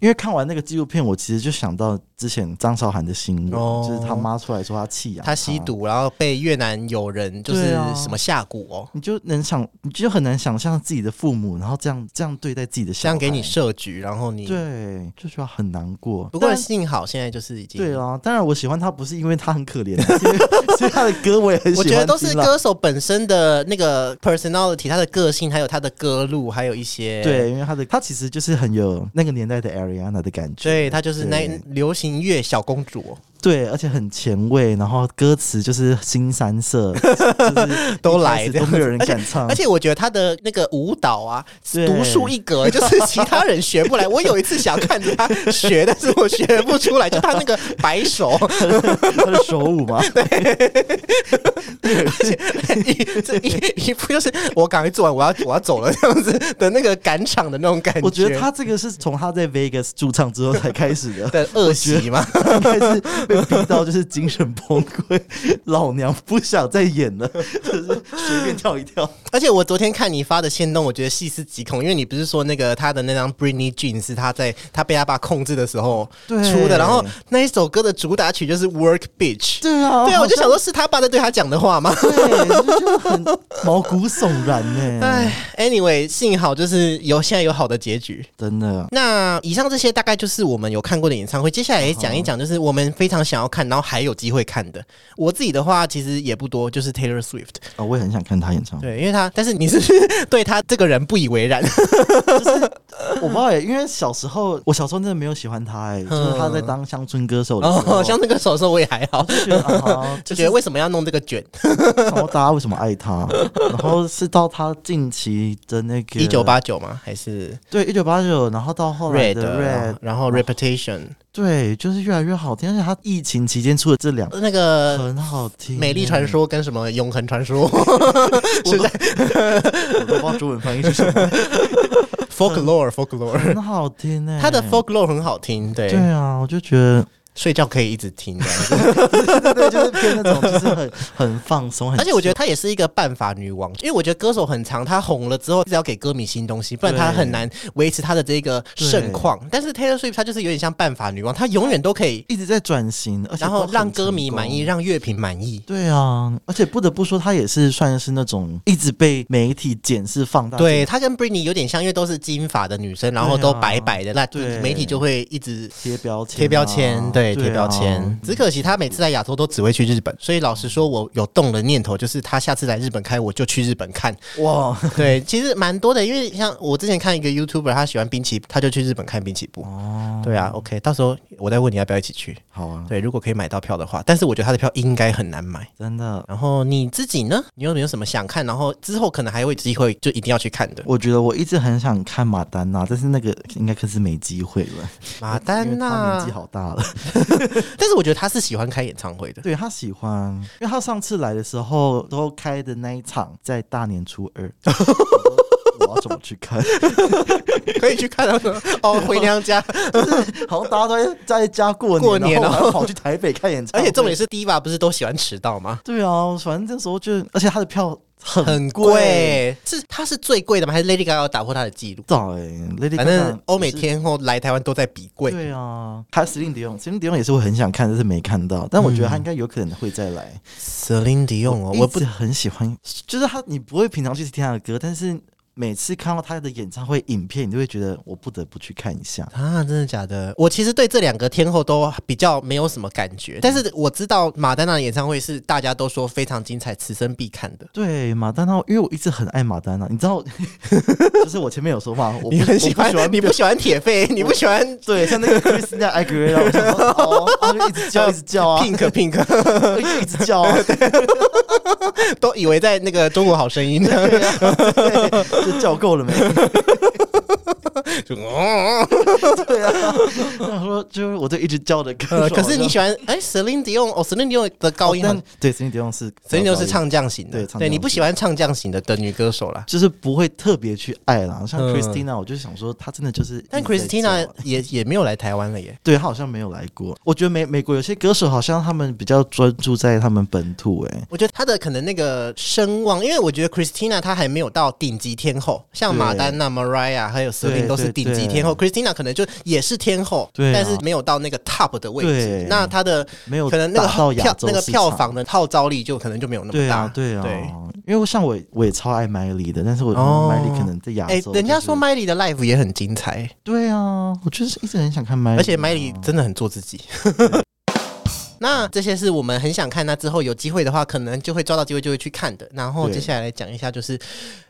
S2: 因为看完那个纪录片，我其实就想到之前张韶涵的新闻，
S1: 哦
S2: 就是他妈出来说他弃养，
S1: 他吸，毒，然后被越南友人就是
S2: 对啊
S1: 什么下蛊哦，
S2: 你就能想，你就很难想象自己的父母，然后这样这样对待自己的
S1: 这
S2: 小孩，
S1: 样给你设局，然后你
S2: 对，就觉得很难过。
S1: 不过
S2: 但
S1: 幸好现在就是已经
S2: 对啊，当然我喜欢他不是因为他很可怜， 是因为是因为他的歌我也很喜
S1: 我
S2: 欢
S1: 觉
S2: 听
S1: 得
S2: 啦，
S1: 都是歌手本身的那个 personality，他的个性，还有他的歌路，还有一些，
S2: 对，因为他的他其实就是很有那个年代的 Ariana 的感觉，
S1: 所以他就是那
S2: 对
S1: 流行乐小公主 哦、
S2: 对，而且很前卫，然后歌词就是新三色，就是
S1: 都
S2: 一
S1: 来这
S2: 开始 都
S1: 样
S2: 没有人敢唱，
S1: 而且我觉得他的那个舞蹈啊，
S2: 对
S1: 独树一格， 就是其他人学不来。我有一次想看着他学，但是我学不出来，就他那个摆手，
S2: 他的手舞 嘛，
S1: 一这一一步就是我赶快做完，我要我要走了这样子的那个赶场的那种感觉。
S2: 我觉得他这个是从他在 Vegas 驻唱之后才开始 的。
S1: 的恶习嘛，
S2: 应该是被逼到就是精神崩溃，老娘不想再演了， 就是随便跳一跳。
S1: 而且我昨天看你发的线动，我觉得细思极恐，因为你不是说那个他的那张 Britney Jean 是他在他被他爸控制的时候
S2: 对
S1: 出的，然后那一首歌的主打曲就是 Work Bitch。
S2: 对啊
S1: 对啊，我就想 说是他爸在对他讲的话吗？
S2: 对，就觉得很毛骨悚然欸 呢、
S1: 哎，anyway，幸好就是有现在有好的结局。
S2: 真的，
S1: 那以上这些大概就是我们有看过的演唱会，接下来也讲一讲，就是我们非常想要看，然后还有机会看的。我自己的话其实也不多，就是 Taylor Swift。
S2: 哦，我也很想看他演唱会。
S1: 对，因为他，但是你是对他这个人不以为然，
S2: 我不知道欸耶，因为小时候我小时候真的没有喜欢他哎、就是他在当乡村歌手的时候，
S1: 哦，像那个手的时候我也还好，
S2: 就觉得啊，
S1: 就
S2: 就
S1: 觉
S2: 是
S1: 得为什么要弄这个卷？
S2: 然后大家为什么 爱他？然后是到他近期的那个
S1: 一九八九吗？还是
S2: 对一九八九，然后到后来
S1: Red？啊
S2: 的 Red，
S1: 然后 Reputation
S2: 对，就是越来越好听，而且他疫情期间出的这两。
S1: 那个。
S2: 很好听耶，
S1: 美丽传说跟什么永恒传说
S2: 我都 我都不知道中文翻译是什么，
S1: ，folklore folklore，
S2: 很好听呢。欸
S1: 他的 folklore 很好听，对，
S2: 对啊，我就觉得
S1: 睡觉可以一直听这样子。
S2: 对，就是偏那种就是很很放松，很
S1: 欸而且我觉得她也是一个办法女王，因为我觉得歌手很长，她红了之后，一直要给歌迷新东西，不然她
S2: 对
S1: 很难维持她的这个盛
S2: 对
S1: 况。但是 Taylor Swift 她就是有点像办法女王，她永远都可以，
S2: 一直在转型，而且
S1: 然后
S2: 都很
S1: 让歌迷
S2: 成功
S1: 满意，。让乐评满意。
S2: 对啊，而且不得不说，他也是算是那种一直被媒体检视放大。
S1: 对她跟 Britney 有点像，因为都是金发的女生，然后
S2: 对啊
S1: 都白白的，那
S2: 对
S1: 媒体就会一直
S2: 贴标签啊、
S1: 贴标签，对，贴
S2: 啊
S1: 标签。。只可惜他每次来亚洲都只会去日本，所以老实说，我有动了念头，就是他下次来日本开，我就去日本 看。
S2: 哇，
S1: 对，其实蛮多的，因为像我之前看一个 YouTuber，他喜欢滨崎步，他就去日本看滨崎步。
S2: 哦，
S1: 对啊，OK，到时候我再问你要不要一起去。
S2: 好啊，
S1: 对，如果可以买到票的话，但是我觉得他的票应该很难买。
S2: 真的，
S1: 然后你自己呢？你有没有什么想看？然后之后可能还会有机会，就一定要去看的。
S2: 我觉得我一直很想看马丹娜，但是那个应该可是没机会了。
S1: 马
S2: 因为
S1: 丹
S2: 她年
S1: 娜
S2: 纪，好 大了，
S1: 但是我觉得他是喜欢开演唱会 的。
S2: 对她喜欢，因为她上次来的时候都开的那一场在大年初 二。我说我要怎么去看？
S1: 可以去看他们 哦，回娘家。
S2: 好像大家都在在家过年，
S1: 过年
S2: 然
S1: 然
S2: 后
S1: 后
S2: 我还跑去台北看演唱
S1: 而
S2: 会。
S1: 且重点是，Diva 不是都喜欢迟到吗？
S2: 对啊，反正那时候就，而且他的票很
S1: 很贵，是它是最贵的吗？还是 Lady Gaga 要打破她的记录？
S2: 到哎、Lady
S1: 反
S2: Gaga
S1: 正欧美
S2: 就是
S1: 天后来台湾都在比贵。
S2: 对啊，还有 Celine Dion，Celine Dion 也是我很想看，但是没看到。但我觉得他应该有可能会再来。
S1: Celine Dion 哦，我不
S2: 一直很喜欢，就是他，你不会平常去听他的歌，但是每次看到他的演唱会影片，你就会觉得我不得不去看一下。
S1: 啊，真的假的？我其实对这两个天后都比较没有什么感觉，但是我知道马丹娜的演唱会是大家都说非常精彩，此生必看的。
S2: 对马丹娜，因为我一直很爱马丹娜，你知道， 就是我前面有说嘛， 我不
S1: 你很喜
S2: 我不
S1: 欢
S2: 喜欢，
S1: 你不喜欢铁肺，你不喜欢
S2: 对，像那个 Christina Aguilera，我想说哦，他就一直叫，一直叫 啊，
S1: Pink Pink，
S2: 一直叫啊，
S1: 都以为在那个中国好声 音呢。
S2: 啊对就叫够了没？
S1: 就哦
S2: 对啊，他说就是我这一直叫的歌
S1: 呃
S2: 手，
S1: 可是你喜欢哎，Celine Dion 哦，Celine Dion 的高音
S2: 哦
S1: 很
S2: 但对 Celine Dion 是
S1: 所以就是
S2: 高音，
S1: 唱将型的，
S2: 对唱
S1: 对
S2: 将
S1: 你不喜欢唱将型的的女歌手啦。
S2: 就是不会特别去爱啦。像
S1: 嗯
S2: Christina，我就想说她真的就是一直在
S1: 但
S2: 叫啊，
S1: Christina 也也没有来台湾了耶。
S2: 对她好像没有来过。我觉得美美国有些歌手好像他们比较专注在他们本土，哎，
S1: 我觉得她的可能那个声望，因为我觉得 Christina 她还没有到顶级天后，像
S2: 对
S1: 马丹娜、Mariah 还有 Celine
S2: 对
S1: 都是
S2: 对
S1: 顶级天后，Christina 可能就也是天后，
S2: 对啊
S1: 但是没有到那个 top 的位置
S2: 对。
S1: 那她的
S2: 没有
S1: 可能那个
S2: 打到亚
S1: 票
S2: 洲
S1: 那个
S2: 市
S1: 票
S2: 场
S1: 房的号召力就可能就没有那么
S2: 对
S1: 大
S2: 啊，。对啊，
S1: 对
S2: 因为我像我我也超爱麦莉的，但是我
S1: 哦
S2: 麦莉可能在亚
S1: 哎
S2: 洲，，
S1: 人家说，麦莉的 live 也很精彩，
S2: 对啊，我就是一直很想看麦莉，
S1: 而且麦莉真的很做自己。 那这些是我们很想看，那之后有机会的话，可能就会抓到机会就会去看的。然后
S2: 对
S1: 接下来来讲一下，就是，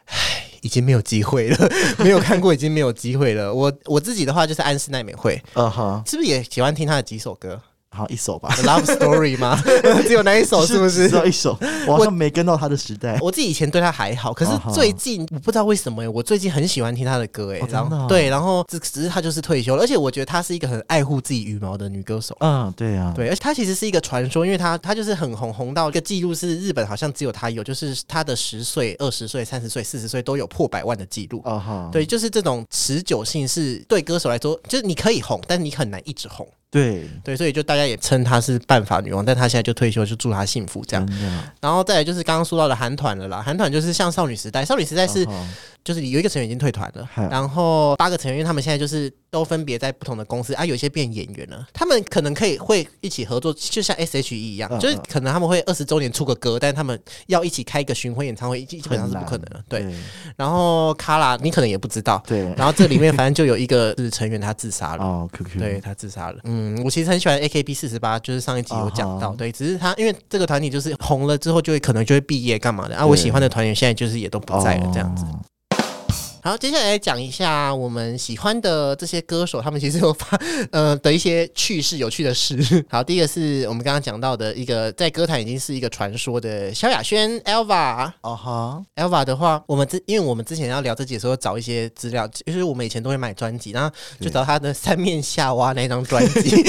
S1: 唉，已经没有机会了， 没有看过已经没有机会了。我我自己的话就是安室奈美惠，
S2: 呃哈，
S1: 是不是也喜欢听她的几首歌
S2: 好一首吧。
S1: The？Love Story 吗？ 只有那一首是不
S2: 只
S1: 是
S2: 只？有一首， 我好像没跟到他的时代。
S1: 我自己以前对她还好，可是
S2: 啊哈
S1: 最近我不知道为什么、欸，我最近很喜欢听她的歌、欸，哎、
S2: 哦真的
S1: 然后
S2: 哦
S1: 对，然后只只是她就是退休了，而且我觉得她是一个很爱护自己羽毛的女歌手。
S2: 嗯，对啊，
S1: 对，而且它其实是一个传说，因为它它就是很红，红到一个记录是日本好像只有它有，就是它的十岁、二十岁、三十岁、四十岁都有破百万的记录。
S2: 啊哈，
S1: 对，就是这种持久性是对歌手来说，就是你可以红，但你很难一直红。
S2: 对，
S1: 对，所以就大家也称她是办法女王，但她现在就退休，就祝她幸福这样
S2: 真。的
S1: 然后再来就是刚刚说到的韩团了啦，韩团就是像少女时代，少女时代是
S2: 啊哈
S1: 就是有一个成员已经退团了
S2: 嗯，
S1: 然后八个成员他们现在就是都分别在不同的公司啊，有一些变演员了，他们可能可以会一起合作，就像 S.H.E 一样，
S2: 嗯
S1: 就是可能他们会二十周年出个歌，但他们要一起开一个巡回演唱会，基基本上是不可能的。对，
S2: 对
S1: 然后卡拉你可能也不知道，
S2: 嗯对，
S1: 然后这里面反正就有一个是成员他自杀了。
S2: 哦，QQ，
S1: 对他自杀了。哦嗯，我其实很喜欢 AKB 四十八，就是上一集有讲到
S2: 啊哈
S1: 对，只是他因为这个团体就是红了之后就会可能就会毕业干嘛的啊，我
S2: 对
S1: 喜欢的团员现在就是也都不在了这样子。
S2: 哦
S1: 好，接下来讲一下我们喜欢的这些歌手，他们其实有发呃的一些趣事、有趣的事。 好，第一个是我们刚刚讲到的一个在歌坛已经是一个传说的萧亚轩 Elva。
S2: 啊哈，
S1: Elva 的话，我们之因为我们之前要聊这集的时候找一些资料，就是我们以前都会买专辑，然后就找他的《三面夏娃》那一张专辑，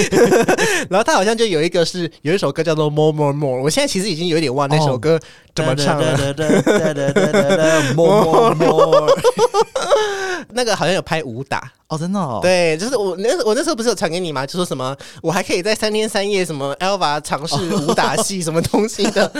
S1: 然后他好像就有一个是有一首歌叫做《More More More》，我现在其实已经有
S2: 啊
S1: 点忘那首歌怎么唱了。
S2: 哒哒哒哒哒哒哒哒哒，么么么，
S1: 那个好像有拍武打，
S2: 哦，真的、哦，
S1: 对，就是我那我那时候不是有传给你吗？就说什么我还可以在三天三夜什么 Elva 尝试武打戏什么东西的。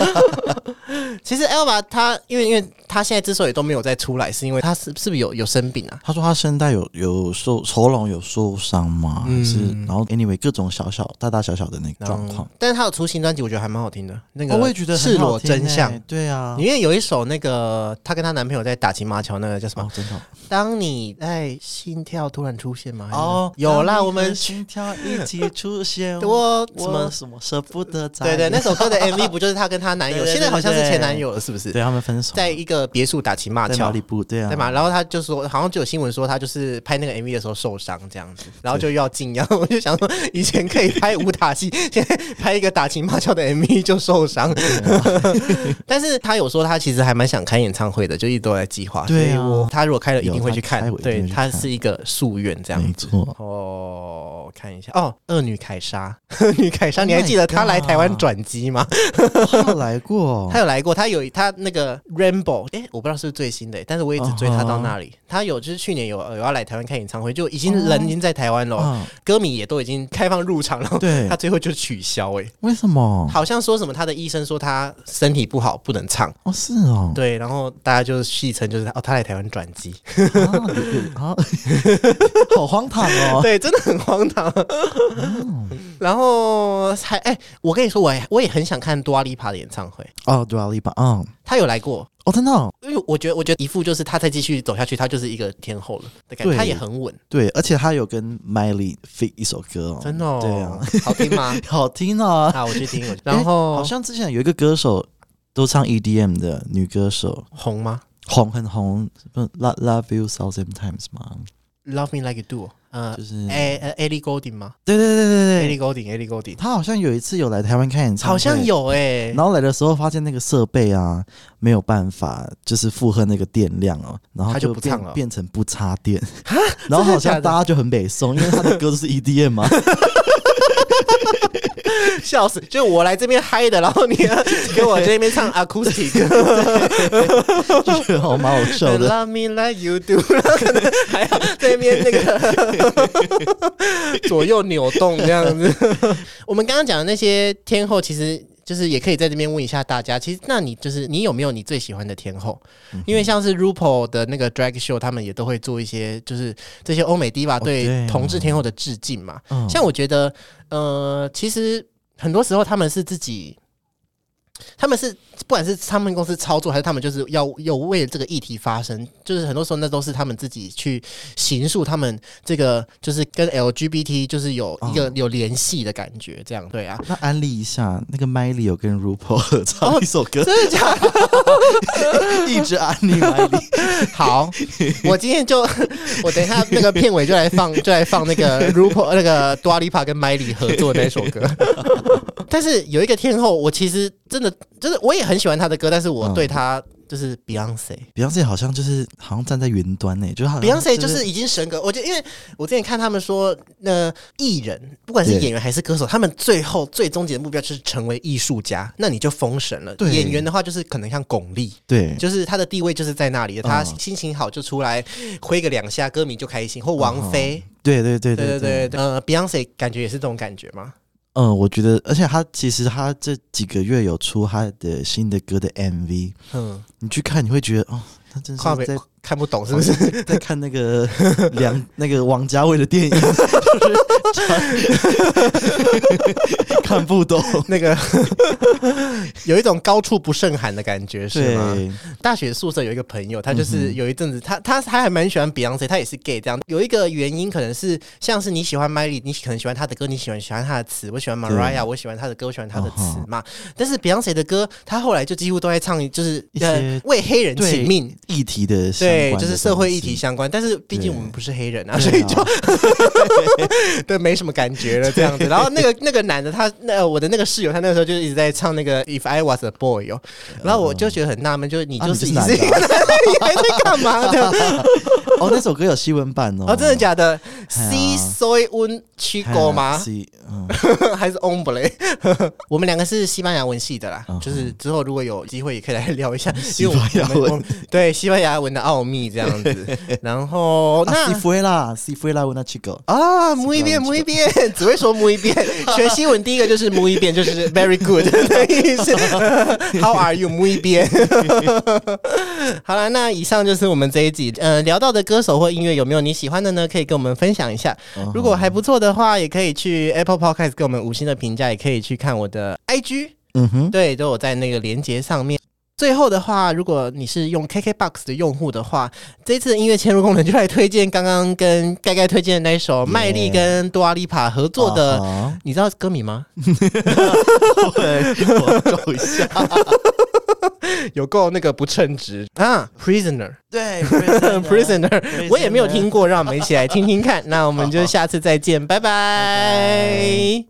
S1: 其实 Elva 她因为因为她现在之所以都没有再出来，是因为她是是不是有有生病啊？
S2: 他说他声带有有受喉咙有受伤嘛，还是然后 anyway 各种小小大大小小的那个状况，
S1: 但是她有出新专辑，我觉得还蛮好听的。那个
S2: 哦我也觉得很
S1: 赤
S2: 好
S1: 裸
S2: 听欸
S1: 真相，
S2: 对啊，
S1: 里面有一首那个她跟她男朋友在打情骂俏，那个叫什么
S2: 哦？真的哦
S1: 当你在心跳突然出现吗？还是
S2: 哦，
S1: 有啦，
S2: 让你
S1: 我
S2: 的
S1: 们
S2: 心跳一起出现，
S1: 多什
S2: 我
S1: 么？
S2: 什么舍不得眨
S1: 对
S2: 眼，
S1: 对，那首歌的 MV 不就是她跟她男友？
S2: 对对对
S1: 现在好像是前男友了，是不是？
S2: 对他们分手，
S1: 在一个别墅打情骂
S2: 在
S1: 俏
S2: 马里，布，对啊，
S1: 对嘛？然后她就说，好像就有新闻说她就是拍那个 MV 的时候受伤这样子，然后就又要禁药。 我就想说，以前可以拍武打戏，现在拍一个打情骂俏的 MV 就受伤。
S2: 啊
S1: 但是她有说，她其实还蛮想开演唱会的，就一直都在计划。
S2: 对啊
S1: 所以我她如果开了，一定会去看
S2: 有她开我。一定会
S1: 对，
S2: 去看
S1: 她是一个夙愿这样
S2: 没
S1: 子。
S2: 错，
S1: 哦，我看一下哦，恶女凯莎，恶女凯莎，你还
S2: Oh my
S1: 记得她来台湾
S2: God
S1: 转机吗？
S2: 他有来过
S1: 她，有来过，她有她那个 Rainbow，哎、我不知道是不是最新的、但是我一
S2: 哦
S1: 直追她到那里。她、有就是去年有有要来台湾看演唱会，就已
S2: 哦
S1: 经人已经在台湾了
S2: 嗯，
S1: 歌迷也都已经开放入场了，
S2: 对
S1: 她最后就取消、哎，
S2: 为什么？
S1: 好像说什么她的医生说她身体不好不能唱，
S2: 哦，是哦，
S1: 对，然后大家就戏称就是哦她来台湾转机，
S2: 啊有有啊， 好荒唐哦，
S1: 对，真的很荒唐。然后还哎、我跟你说，我也我也很想看多阿丽帕的演唱会，
S2: 哦，对啊，l i 嗯，
S1: 她有来过。
S2: 哦，真的哦，
S1: 因为我觉得，我觉得一副就是她再继续走下去，她就是一个天后了的感觉，
S2: 对哦
S1: 她也很稳，
S2: 对，而且他有跟 Miley fit 一首歌哦，
S1: 真的、哦。
S2: 对啊，，
S1: 好听 吗？
S2: 好听哦，
S1: 啊，我去听，我去
S2: 诶
S1: 然后、
S2: 好像之前有一个歌手都唱 EDM 的女歌手，
S1: 红吗
S2: 红很红，不 Love Love You Thousand Times 嘛，
S1: ？Love me like you do，呃
S2: 就是，
S1: 哎呃，Ellie Goulding 吗
S2: 对对对嗯
S1: ？Ellie
S2: 对对，
S1: Goulding，Ellie Goulding，
S2: 他好像有一次有来台湾看演唱会，
S1: 好像。有 哎、
S2: 然后来的时候发现那个设备啊没有办法，就是负荷那个电量哦，然后
S1: 他就不
S2: 变
S1: 唱了
S2: 变成不插电，然后
S1: 真
S2: 好
S1: 的假
S2: 像
S1: 的
S2: 大家就很北宋，因为他的歌都是 E EDM 嘛，
S1: 笑死！就我来这边嗨的，然后你 给我这边唱 acoustic，
S2: 就觉得好蛮好笑的。
S1: Love me like you do，然 后可能还要在那边那个 左右扭动这样子。 我们刚刚讲的那些天后，其实。就是也可以在这边问一下大家，其实那你就是你有没有你最喜欢的天后？因为像是 RuPaul 的那个 drag show，他们也都会做一些就是这些欧美 diva
S2: 对
S1: 对
S2: 哦
S1: 同志天后的致敬嘛。
S2: 嗯
S1: 像我觉得，呃，其实很多时候他们是自己，他们是不管是他们公司操作，还是他们就是要有为这个议题发声，就是很多时候那都是他们自己去形塑他们这个，就是跟 LGBT 就是有一个有联系的感觉，这样对啊。
S2: 那安利一下，那个 Miley 有跟 RuPaul 合唱一首 歌，
S1: 真的假的？
S2: 一直安利 Miley。
S1: 好，我今天就 我等一下那个片尾就来放 就来放那个 r u p a 那个 Dua Lipa 跟 Miley 合作的那首 歌。但是有一个天后，我其实真的就是我也很喜欢她的歌，但是我对她就是 Beyonce。
S2: Beyonce 好像就是好像站在云端呢、就是好像
S1: Beyonce 啊就是已经神格，我觉得，因为我之前看他们说，那艺人不管是
S2: 对
S1: 演员还是歌手，他们最后最终极的目标就是成为艺术家，那你就封神了。
S2: 对
S1: 演员的话，就是可能像巩俐，
S2: 对
S1: 就是他的地位就是在那里，他
S2: 嗯
S1: 心情好就出来挥个两下，歌迷就开心。或王菲，
S2: 对对对
S1: 对对
S2: 嗯对
S1: 对，对呃，Beyonce 感觉也是这种感觉嘛。
S2: 嗯，我觉得，而且他其实他这几个月有出他的新的歌的 MV，
S1: 嗯，
S2: 你去看你会觉得哦，他真
S1: 跨
S2: 是
S1: 北
S2: 在
S1: 看不懂是不是？
S2: 在看那个梁那个王家卫的电影， 看不懂。
S1: 那个 有一种高处不胜寒的感觉是吗？
S2: 对，
S1: 大学宿舍有一个朋友，他
S2: 嗯
S1: 就是有一阵子，他他他还蛮喜欢 Beyonce，他也是 gay 这样。有一个原因可能是像是你喜欢 Miley，你可能喜欢她的歌，你喜欢喜欢她的词，我喜欢 Mariah，我喜欢她的歌，我喜欢她的词
S2: 啊
S1: 嘛。但是 Beyonce 的歌，她后来就几乎都在唱，就是
S2: 一些
S1: 呃为黑人
S2: 对
S1: 请命。
S2: 议题的相
S1: 对，
S2: 关
S1: 就
S2: 的
S1: 是社会
S2: 东
S1: 议题
S2: 西
S1: 相关，但是毕竟
S2: 对
S1: 我们不是黑人啊，
S2: 对
S1: 所以
S2: 啊
S1: 就对没什么感觉 了这样子。然后那个那个男的他，那呃我的那个室友，他那个时候就一直在唱那个 If I Was a Boy 哦，然后我就觉得很纳闷，就是你
S2: 哦啊
S1: 就
S2: 你
S1: 是
S2: 就是
S1: 你
S2: 男
S1: 是一
S2: 的
S1: 个男的，你还在干嘛的？
S2: 哦，那首歌有西文版哦。
S1: 哦，真的假的
S2: 哎呀哎
S1: ？C soy un chico 吗？
S2: 西嗯，
S1: 还是 on b l y 我们两个是西班牙文系的啦
S2: 嗯，
S1: 就是之后如果有机会也可以来聊一下，
S2: 西
S1: 因为我
S2: 班牙
S1: 们我们
S2: 文。
S1: 对西班牙文的奥秘这样 子。然后
S2: 啊
S1: 那
S2: ，si。fue la，si fue la una chica。
S1: 啊，摸一遍，摸一遍，只会说摸一遍。学西文第一个就是摸一遍，就是 very good 的意思。How are you？摸一遍。好了，那以上就是我们这一集呃聊到的歌手或音乐，有没有你喜欢的呢？可以跟我们分享一下。
S2: 哦
S1: 如果还不错的话，也可以去 Apple Podcast 给我们五星的评价，也可以去看我的 IG，
S2: 嗯哼，
S1: 对，都有在那个连接上面。最后的话，如果你是用 KKBOX 的用户的话，这次的音乐嵌入功能就来推荐刚刚跟盖盖推荐的那一首麦莉跟多阿丽帕合作的
S2: 啊
S1: 你知道歌名吗？
S2: 哈，对，我够一下。
S1: 有够那个不称职啊，Prisoner
S2: 对
S1: Prisoner，我也没有听过，让我们一起来听听看。那我们就下次再见，拜拜。